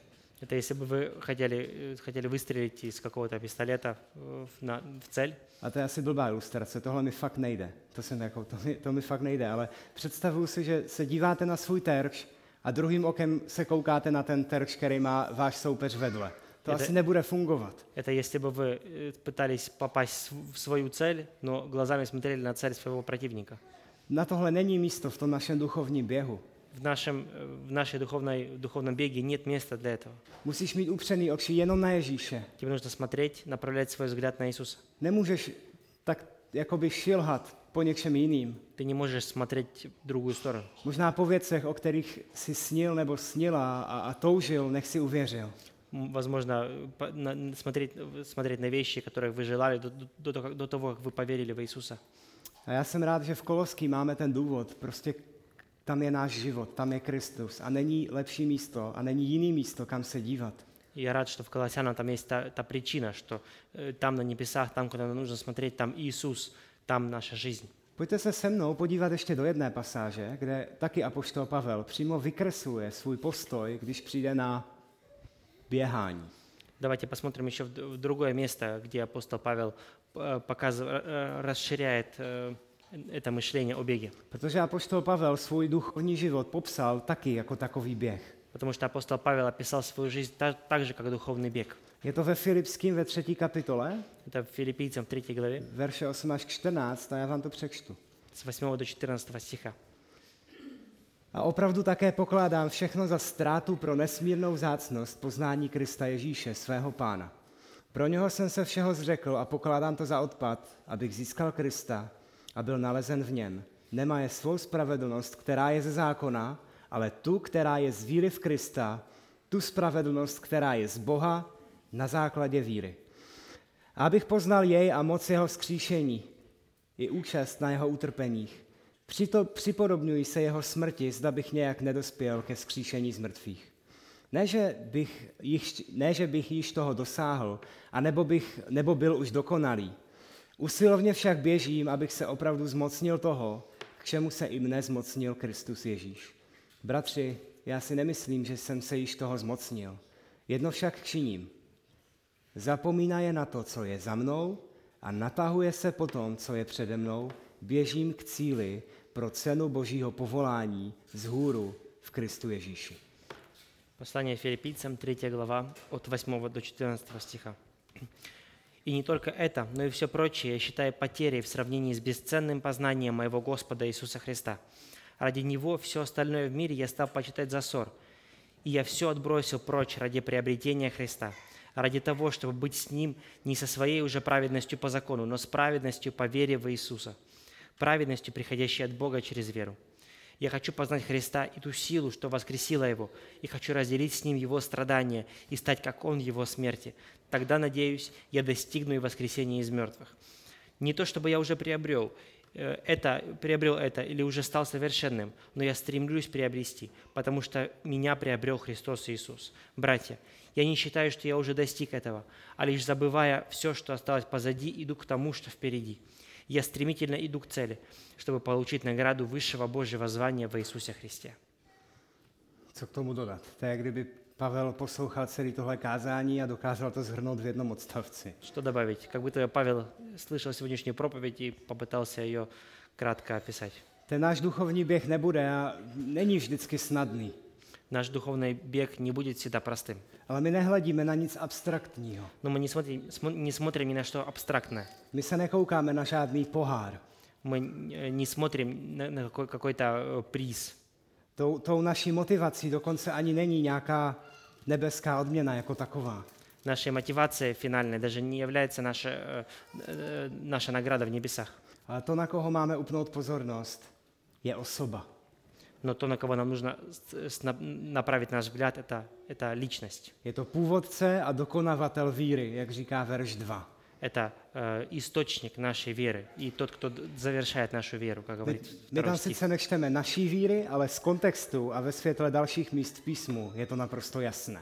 S2: Это если бы вы хотели, э, хотели выстрелить из какого-то пистолета э, в, на- в цель.
S1: A to je asi blbá ilustrace, tohle mi fakt nejde. To, jsem jako, to, mi, to mi fakt nejde, ale představuju si, že se díváte na svůj terč a druhým okem se koukáte na ten terč, který má váš soupeř vedle. To
S2: Je to-
S1: asi nebude fungovat.
S2: Это если бы вы э, пытались попасть в в свою цель, но глазами смотрели на цель своего противника.
S1: Na tohle není místo v tom našem duchovním běhu.
S2: В, нашем, э, в нашей духовной, духовном беге нет места для этого.
S1: Musíš mít upřený oči jenom na Ježíše.
S2: Тебе нужно смотреть, направлять свой взгляд на Иисуса.
S1: Nemůžeš tak jakoby šilhat po něčem jiným.
S2: Ты не можешь смотреть в другую сторону.
S1: Možná po věcech, o kterých si snil nebo snila a, a toužil, nech si uvěřil.
S2: М, Возможно, э, по- на- н- смотреть, э, смотреть на вещи, которые вы желали до, до- до того, как- до того, как вы поверили в Иисуса.
S1: A já jsem rád, že v Koloský máme ten důvod. Prostě tam je náš život, tam je Kristus a není lepší místo a není jiný místo, kam se dívat.
S2: И Я рад, что в Колоссянам там есть та, та причина, что э, там на небесах, там, куда нам нужно смотреть, там Иисус, там наша жизнь.
S1: Pojďte se se mnou podívat ještě do jedné pasáže, kde taky apoštol Pavel přímo vykresluje svůj postoj, když přijde na běhání.
S2: Давайте посмотрим еще в д- в другое место, где апостол Павел э, показыв- э, расширяет э, это мышление о беге.
S1: Protože apoštol Pavel svůj duchovní život popsal taky jako takový běh.
S2: Потому что апостол Павел описал свою жизнь та- так же, как духовный бег.
S1: Je to ve Filipským ve třetí kapitole,
S2: Это в Филиппийцам 3 главе
S1: verše 8 až 14, a já vám to přečtu.
S2: с 8 до 14 стиха.
S1: A opravdu také pokládám všechno za ztrátu pro nesmírnou vzácnost poznání Krista Ježíše, svého pána. Pro něho jsem se všeho zřekl a pokládám to za odpad, abych získal Krista a byl nalezen v něm. Nemá je svou spravedlnost, která je ze zákona, ale tu, která je z víry v Krista, tu spravedlnost, která je z Boha na základě víry. A abych poznal jej a moc jeho vzkříšení, i účast na jeho utrpeních. Přito připodobňuji se jeho smrti, zda bych nějak nedospěl ke vzkříšení z mrtvých. Ne že, bych již, ne, že bych již toho dosáhl, anebo bych, nebo byl už dokonalý. Usilovně však běžím, abych se opravdu zmocnil toho, k čemu se i mne zmocnil Kristus Ježíš. Bratři, já si nemyslím, že jsem se již toho zmocnil. Jedno však činím. Zapomínaje na to, co je za mnou a natahuje se po tom, co je přede mnou, běžím k cíli pro cenu božího povolání z hůru v Kristu Ježíši.
S2: Послание филиппийцам, 3 глава, от 8 до 14 стиха. «И не только это, но и все прочее я считаю потерей в сравнении с бесценным познанием моего Господа Иисуса Христа. Ради Него все остальное в мире я стал почитать за ссор, и я все отбросил прочь ради приобретения Христа, ради того, чтобы быть с Ним не со своей уже праведностью по закону, но с праведностью по вере в Иисуса, праведностью, приходящей от Бога через веру. Я хочу познать Христа и ту силу, что воскресила Его, и хочу разделить с Ним Его страдания и стать, как Он в Его смерти. Тогда, надеюсь, я достигну и воскресения из мертвых. Не то, чтобы я уже приобрел э, это, приобрел это или уже стал совершенным, но я стремлюсь приобрести, потому что меня приобрел Христос Иисус. Братья, я не считаю, что я уже достиг этого, а лишь забывая все, что осталось позади, иду к тому, что впереди. Я стремительно иду к цели, чтобы получить награду высшего Божьего звания во Иисусе Христе.
S1: Co k tomu dodat? To je, kdyby Pavel poslouchal celý tohle kázání a dokázal to zhrnout v jednom odstavci.
S2: Что добавить? Как будто Павел слышал сегодняшнюю проповедь и попытался ее кратко описать.
S1: Ten náš duchovní běh nebude a není vždycky snadný,
S2: Наш духовный бег не будет всегда простым.
S1: ale my nehledíme na nic abstraktního.
S2: Но мы не смотрим, смо- не смотрим ни на что абстрактное.
S1: My se nekoukáme na žádný pohár.
S2: Мы э, не смотрим на, на какой- какой-то э, приз.
S1: Tou, tou naší motivací dokonce ani není nějaká nebeská odměna jako taková.
S2: Наша мотивация финальная даже не является наша, э, э, наша награда в небесах.
S1: Ale to, na koho máme upnout pozornost, je osoba.
S2: Но то, на кого нам нужно с- с- нап- направить наш взгляд, это, это личность.
S1: Je to původce a dokonavatel víry, jak říká verš 2.
S2: Это э, источник нашей веры и тот, кто д- завершает нашу веру,
S1: My,
S2: как говорит
S1: my
S2: второй
S1: tam
S2: стих.
S1: sice nečteme naší víry, ale z kontextu a ve světle dalších míst v písmu je to naprosto jasné.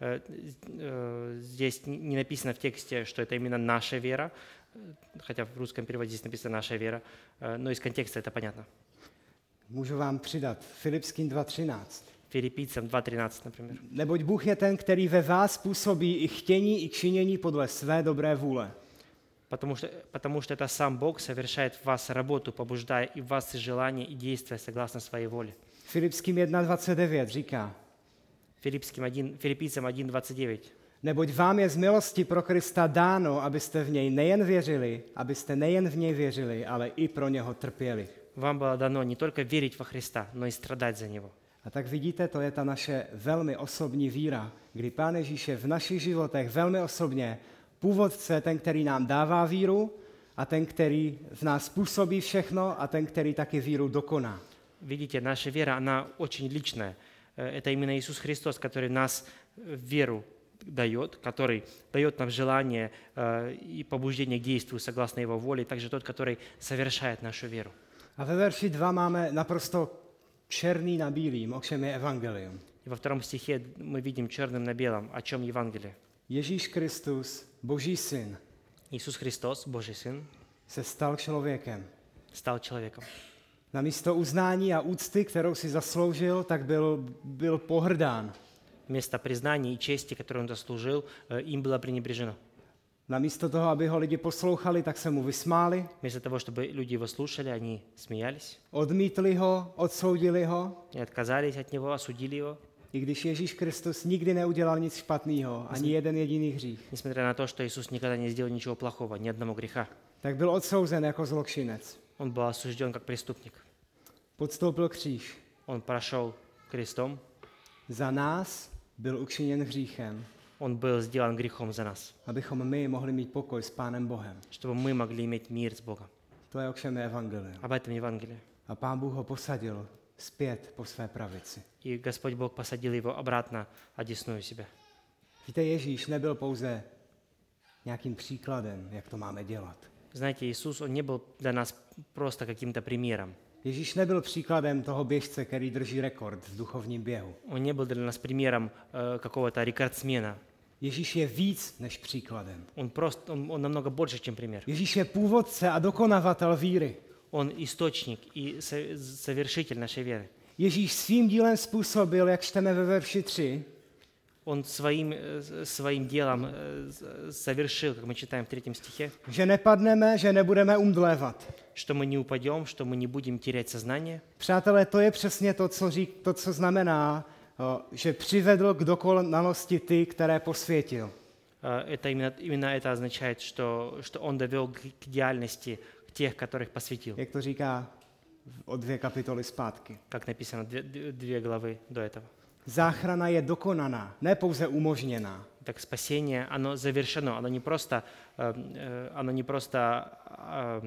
S2: Э, э, Здесь н- не написано в тексте, что это именно наша вера, э, хотя в русском переводе здесь написано «наша вера», э, но из контекста это понятно.
S1: Můžu vám přidat Filipským 2.13.
S2: Филиппийцам 2.13, например.
S1: Neboť Bůh je ten, který ve vás působí i chtění, i činění podle své dobré vůle.
S2: Потому что, потому что это сам Бог совершает в вас работу, побуждая и в вас и желания, и действия согласно своей воле.
S1: Filipským 1.29 říká,
S2: Филиппийским 1, Филиппийцам 1.29.
S1: Neboť vám je z milosti pro Krista dáno, abyste v něj nejen věřili, abyste nejen v něj věřili, ale i pro něho trpěli.
S2: Вам было дано не только верить во Христа, но и страдать за Него.
S1: A tak vidíte, to je ta naše velmi osobní víra, kdy Pán Ježíš je v našich životech velmi osobně původce, ten, který nám dává víru a ten, který v nás působí všechno a ten, který taky víru dokoná.
S2: Видите, наша вера, она очень личная. Э, Это именно Иисус Христос, который нас э, веру дает, который дает нам желание э, и побуждение к действию согласно Его воле, и также тот, который совершает нашу веру.
S1: A ve verši 2 máme naprosto černý na bílým, o čem je evangelium.
S2: И во втором стихе мы видим черным на белом, о чем Евангелие.
S1: Ježíš Kristus, Boží syn,
S2: Иисус Христос, Божий Сын,
S1: se stal člověkem.
S2: стал человеком.
S1: Namísto uznání a úcty, kterou si zasloužil, tak byl, byl pohrdán.
S2: Вместо признания и чести, которую Он заслужил, э, им было пренебрежено.
S1: Namísto toho, aby ho lidi poslouchali, tak se mu vysmáli,
S2: Вместо того, чтобы люди его слушали, они смеялись,
S1: odmítli ho, odsoudili ho,
S2: и отказались от него, осудили его,
S1: i když Ježíš Kristus nikdy neudělal nic špatného, ani jeden jediný hřích,
S2: несмотря на то, что Иисус никогда не сделал ничего плохого, ни одного греха.
S1: tak byl odsouzen jako zločinec.
S2: Он был осужден как преступник.
S1: Podstoupil kříž.
S2: Он прошел крестом,
S1: Za nás byl učiněn hříchem,
S2: он был сделан грехом за нас,
S1: abychom my mohli mít pokoj s Pánem Bohem.
S2: чтобы мы могли иметь мир с Богом.
S1: To je ovšem evangelium.
S2: Об этом Евангелие.
S1: A Pán Bůh ho posadil zpět po své pravici.
S2: И Господь Бог посадил его обратно, одесную себя.
S1: Víte, Ježíš nebyl pouze nějakým příkladem, jak to máme dělat.
S2: Знаете, Иисус, Он не был для нас просто каким-то примером.
S1: Ježíš nebyl příkladem toho běžce, který drží rekord v duchovním běhu.
S2: Он не был для нас примером э, какого-то рекордсмена.
S1: Ježíš je víc než příkladem.
S2: Он, просто, он, он намного больше, чем пример.
S1: Ježíš je původce a dokonavatel víry.
S2: Он источник и со- совершитель нашей веры.
S1: Ježíš svým dílem způsobil, jak čteme ve verši 3,
S2: Он своим, э, с- своим делом э, с- совершил, как мы čитаем в третьем стихе,
S1: že nepadneme, že nebudeme umdlévat.
S2: что мы не упадем, что мы не budем терять сознание.
S1: Přátelé, to je přesně to, co, řík, to, co znamená, o, že přivedl k dokonalosti ty, které posvětil.
S2: Э, Это именно, именно это означает, что, что он довел к к идеальности тех, которых посвятил,
S1: Jak to říká o dvě kapitoly zpátky.
S2: как написано две, две главы до этого.
S1: Záchrana je dokonaná, ne pouze umožněná.
S2: Так спасение, оно завершено, оно не просто, э, э, оно не просто, э,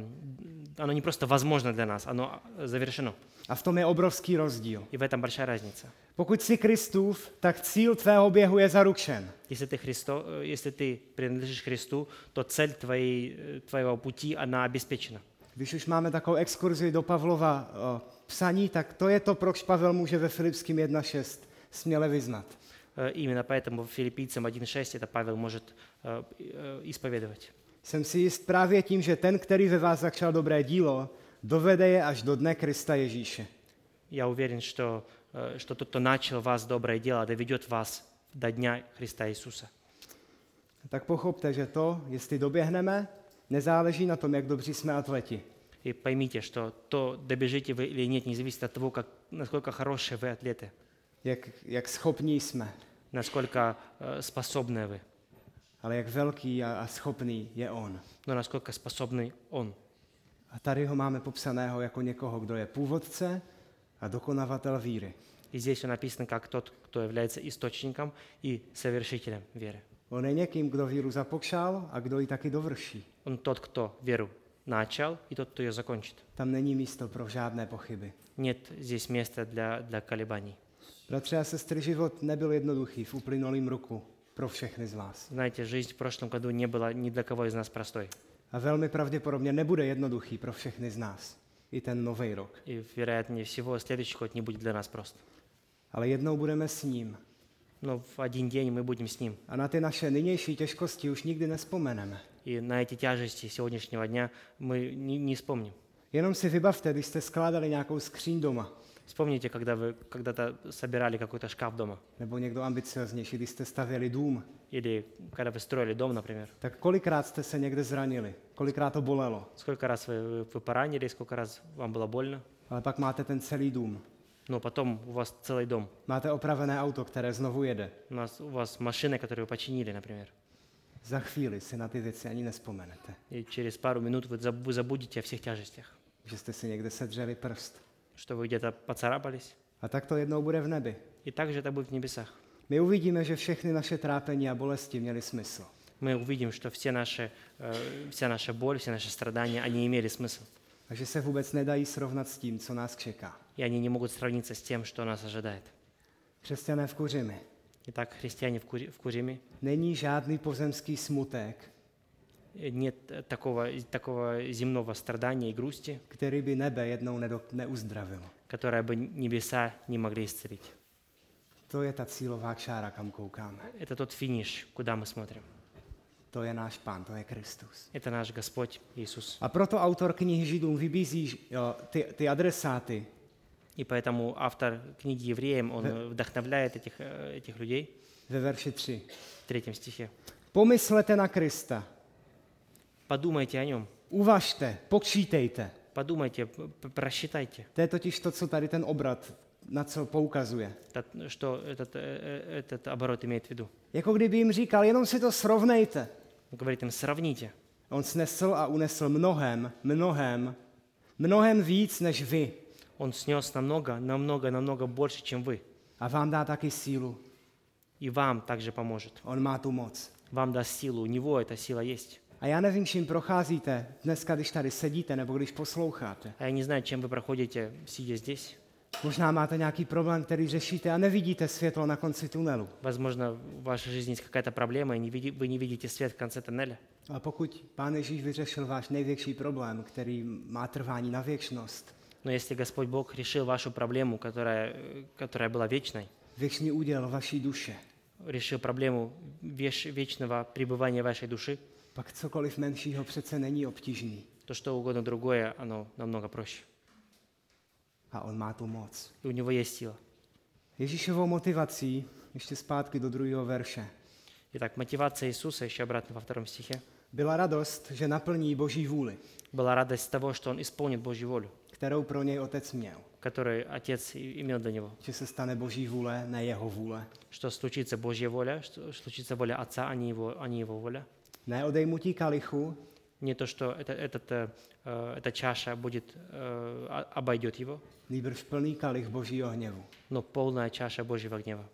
S2: оно не просто возможно для нас, оно завершено.
S1: A v tom je obrovský rozdíl.
S2: И в этом большая разница.
S1: Pokud jsi Kristův, tak cíl tvého běhu je zaručen.
S2: Если ты, Христо, э, если ты принадлежишь Христу, то цель твоей, э, твоего пути, она обеспечена.
S1: Když už máme takovou exkurzi do Pavlova o, psaní, tak to je to, proč Pavel může ve Filipským 1.6 směle vyznat.
S2: Э, Именно поэтому филиппийцам 1.6 это Павел может э, э, исповедовать.
S1: Jsem si jist právě tím, že ten, který ve vás začal dobré dílo, dovede je až do dne Krista Ježíše.
S2: Я уверен, что, э, что тот, кто начал в вас доброе дело, доведет вас до дня Христа Иисуса.
S1: Tak pochopte, že to, jestli doběhneme, nezáleží na tom, jak dobří jsme atleti.
S2: И поймите, что то, добежите вы или нет, не зависит от того, как, насколько хорошие вы атлеты,
S1: jak, jak schopní jsme,
S2: насколько э, способны вы,
S1: ale jak velký a, a schopný je on.
S2: но насколько способный Он.
S1: A tady ho máme popsaného jako někoho, kdo je původce a dokonavatel víry.
S2: И здесь он написано как тот, кто является источником и совершителем веры.
S1: On je někým, kdo víru zapokšal a kdo ji taky dovrší.
S2: Он тот, кто веру начал, и тот, кто ее закончит.
S1: Tam není místo pro žádné pochyby.
S2: Нет здесь места для, для колебаний.
S1: Bratře a sestry, život nebyl jednoduchý v uplynulém roku pro všechny z vás.
S2: Знаете, жизнь в прошлом году не была ни для кого из нас простой.
S1: A velmi pravděpodobně nebude jednoduchý pro všechny z nás. I ten nový rok.
S2: И, вероятнее всего, следующий год не будет для нас прост.
S1: Ale jednou budeme s ním.
S2: Но в один день мы будем с Ним.
S1: A na ty naše nynější těžkosti už nikdy nespomeneme.
S2: И на эти тяжести сегодняшнего дня мы не, не вспомним.
S1: Jenom si vybavte, když jste skládali nějakou skříň doma,
S2: Вспомните, когда вы когда-то собирали какой-то шкаф дома.
S1: nebo někdo ambicioznější, když jste stavěli dům,
S2: Или когда вы строили дом, например.
S1: tak kolikrát jste se někde zranili, kolikrát to bolelo,
S2: Сколько раз вы, вы поранили, сколько раз вам было больно.
S1: ale pak máte ten celý dům.
S2: Но потом у вас целый дом.
S1: Máte opravené auto, které znovu jede.
S2: У, нас, у вас машина, которую вы починили, например.
S1: Za chvíli si na ty věci ani nespomenete,
S2: И через пару минут вы заб- вы забудете о всех тяжестях.
S1: že jste si někde sedřeli prst.
S2: Что вы где-то поцарапались.
S1: A tak to jednou bude v nebi.
S2: И также это будет в небесах.
S1: My uvidíme, že všechny naše trápení a bolesti měly smysl.
S2: Мы увидим, что все наши, э, вся наша боль, все наши страдания, они имели смысл.
S1: A že se vůbec nedají srovnat s tím, co nás čeká.
S2: и они не могут сравниться с тем, что нас ожидает.
S1: Křesťané v Kuřimi.
S2: Итак, христиане в, Кури- в Куриме,
S1: Není žádný pozemský smutek,
S2: э, нет э, такого, такого земного страдания и грусти,
S1: který by nebe jednou nedo, neuzdravilo.
S2: которое бы небеса не могли исцелить.
S1: To je ta cílová čára, kam koukáme.
S2: Это тот финиш, куда мы смотрим.
S1: To je náš pán, to je Kristus.
S2: Это наш Господь Иисус.
S1: A proto autor knihy Židům vybízí jo, ty, ty adresáty,
S2: И поэтому автор книги Евреям, он э, вдохновляет этих, э, этих людей
S1: ve verši 3.
S2: в третьем стихе.
S1: Pomyslete na Krista,
S2: Подумайте о нем,
S1: uvažte, počítejte.
S2: подумайте, п- п- просчитайте,
S1: To je totiž to, co tady ten obrat, na co poukazuje.
S2: тот- что этот, э, э, этот оборот имеет в виду.
S1: Jako kdyby jim říkal, jenom si to srovnejte.
S2: Он Говорит им, сравните,
S1: On snesl a unesl mnohem, mnohem, mnohem víc než vy.
S2: Он снес намного, намного, намного больше, чем вы.
S1: A vám dá taky sílu.
S2: И вам также поможет.
S1: On má tu moc.
S2: Вам даст силу. У него эта сила есть.
S1: A já nevím, čím procházíte dneska, když tady sedíte nebo když posloucháte.
S2: А я не знаю, чем вы проходите, сидя здесь.
S1: Možná máte nějaký problém, který řešíte a nevidíte světlo na konci tunelu.
S2: Возможно, в вашей жизни есть какая-то проблема, и не види- вы не видите свет в конце тоннеля.
S1: A pokud Pán Ježíš vyřešil váš největší problém, který má trvání na věčnost,
S2: Но если Господь Бог решил вашу проблему, которая, э, которая была вечной,
S1: věčný úděl vaší duše,
S2: решил проблему веш- вечного пребывания вашей души,
S1: pak cokoliv menšího přece není obtížný.
S2: то что угодно другое, оно намного проще.
S1: A on má tu moc.
S2: И у него есть сила.
S1: Ježíšovou motivací, ještě zpátky do druhého verše,
S2: Итак, мотивация Иисуса, еще обратно во втором стихе,
S1: byla radost, že naplní Boží vůli,
S2: была радость того, что Он исполнит Божью волю.
S1: kterou pro něj otec měl.
S2: который Отец и- имел для него.
S1: Že se stane Boží vůle, ne jeho vůle.
S2: Что случится Божья воля, что случится воля Отца, а не его, а не его воля.
S1: Ne odejmutí kalichu,
S2: не то, что это, этот, э, э, эта чаша будет, э, а- обойдет его,
S1: nýbrž plný kalich božího hněvu.
S2: но полная чаша Божьего гнева.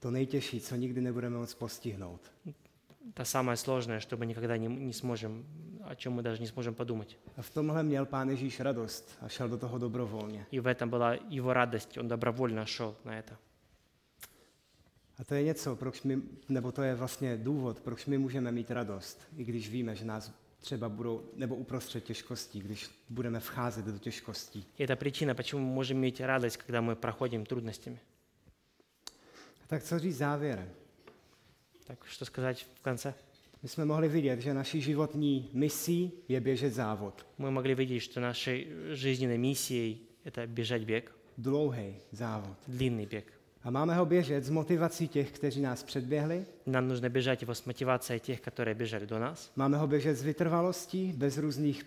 S1: To nejtěžší, co nikdy nebudeme moc postihnout.
S2: Та самое сложное, что мы никогда не, не сможем, о чем мы даже не сможем подумать.
S1: A v tomhle měl pán Ježíš radost a šel do toho dobrovolně.
S2: И в этом была его радость, он добровольно шел на это.
S1: A to je něco, proč my, nebo to je vlastně důvod, proč my můžeme mít radost, i když víme, že nás třeba budou, nebo uprostřed těžkostí, když budeme vcházet do těžkostí.
S2: И это причина, почему мы можем иметь радость, когда мы проходим трудностями.
S1: Tak co říct závěrem?
S2: Так что сказать в конце?
S1: My jsme mohli vidět, že naší životní misí je běžet závod.
S2: Мы могли видеть, что нашей жизненной миссией это бежать бег,
S1: Dlouhý závod.
S2: длинный бег.
S1: A máme ho běžet s motivací těch, kteří nás předběhli,
S2: Нам нужно бежать его с мотивацией тех, которые бежали до нас.
S1: máme ho běžet s vytrvalostí, bez různých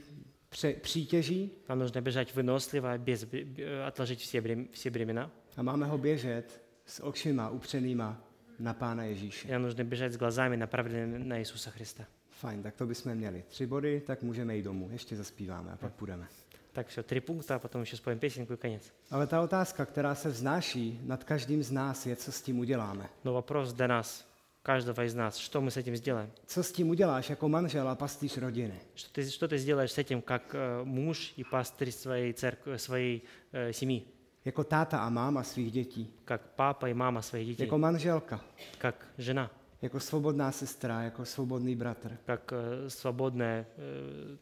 S1: pře- přítěží
S2: Нам нужно бежать выносливо, без, бе- бе- отложить все, брем- все бремена.
S1: a máme ho běžet s očima upřenýma na Pána Ježíše.
S2: И нам нужно бежать с глазами, направленными на Иисуса Христа.
S1: Fajn, tak to bychom měli. Tři body, tak můžeme jít domů. Ještě zaspíváme a pak půjdeme.
S2: Так, все, три пункта, а потом еще споем песенку и конец.
S1: Ale ta otázka, která se vznáší nad každým z nás, je, co s tím uděláme.
S2: Но вопрос до нас, каждого из нас, что мы с этим сделаем?
S1: Co s tím uděláš jako manžel a pastýř rodiny?
S2: Что ты, что ты сделаешь с этим, как э, муж и пастырь своей церкви, своей э, семьи,
S1: Jako táta a máma svých dětí?
S2: как папа и мама своих детей,
S1: Jako manželka?
S2: как жена,
S1: Jako svobodná sestra? Jako svobodný bratr?
S2: как э, свободная, э,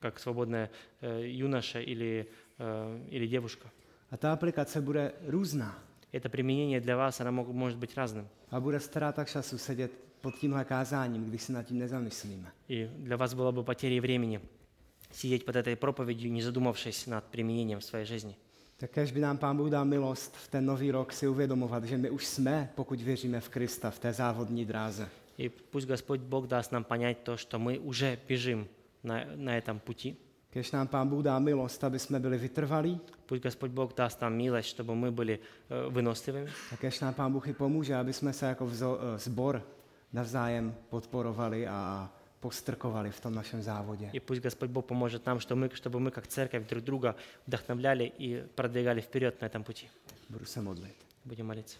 S2: как свободная э, юноша или, э, или девушка.
S1: A ta aplikace bude různá
S2: Это применение для вас, оно мог- может быть разным.
S1: a bude ztráta času sedět pod tímhle kázáním, když se nad tím nezamyslíme.
S2: И для вас было бы потерей времени сидеть под этой проповедью, не задумавшись над применением в своей жизни.
S1: Tak kež by nám Pán Bůh dal milost v ten nový rok si uvědomovat, že my už jsme, pokud věříme v Krista, v té závodní dráze.
S2: И пусть Господь Бог даст нам понять то, что мы уже бежим на, на этом пути.
S1: Kež nám Pán Bůh dá milost, aby jsme byli vytrvalí
S2: Пусть Господь Бог даст нам милость, чтобы мы были э, выносливыми.
S1: a kež nám Pán Bůh i pomůže, aby jsme se jako vzo- eh, zbor navzájem podporovali a postrkovali v tom našem závodě.
S2: И пусть Господь Бог поможет нам, что мы, чтобы мы как церковь друг друга вдохновляли и продвигали вперед на этом пути.
S1: Budu se modlit.
S2: Будем молиться.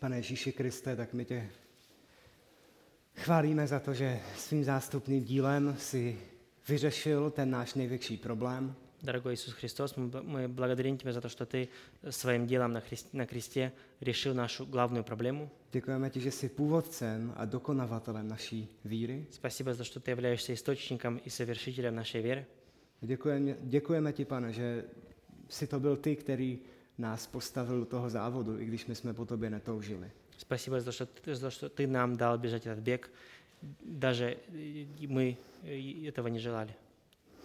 S1: Pane Ježíši Kriste, tak my tě chválíme za to, že svým zástupným dílem si vyřešil ten náš největší problém.
S2: Дорогой Иисус Христос, мы б- мы благодарим Тебя за то, что Ты своим делом на, хрис- на кресте решил нашу главную проблему.
S1: Děkujeme ti, že jsi původcem a dokonavatelem naší víry.
S2: Спасибо за то, что Ты являешься источником и совершителем našej веры.
S1: Děkujeme, děkujeme ti, pane, že jsi to byl ty, který nás postavil do toho závodu, i když my jsme po tobě netoužili.
S2: Спасибо за то, что, ты- за то, что Ты нам дал бежать этот бег. Даже э, мы э, этого не желали.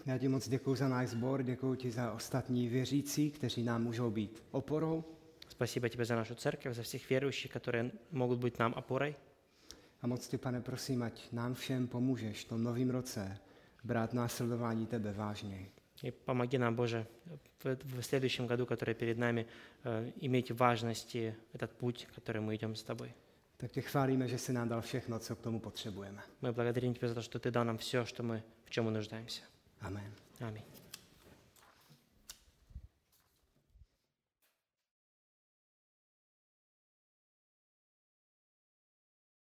S1: Já ti moc děkuji za náš sbor, děkuji ti za ostatní věřící, kteří nám můžou být oporou.
S2: Спасибо Тебе за нашу церковь, за всех верующих, которые могут быть нам опорой.
S1: A moc tě, pane, prosím, ať nám všem pomůžeš v tom novém roce brát následování tebe vážně.
S2: И помоги нам, Боже, в, в следующем году, который перед нами, э, иметь важности этот путь, который мы идем с Тобой.
S1: Tak tě chválíme, že jsi nám dal všechno, co k tomu potřebujeme.
S2: Мы благодарим Тебя за то, что Ты дал нам все, что мы, в чем мы нуждаемся.
S1: Amen.
S2: Аминь.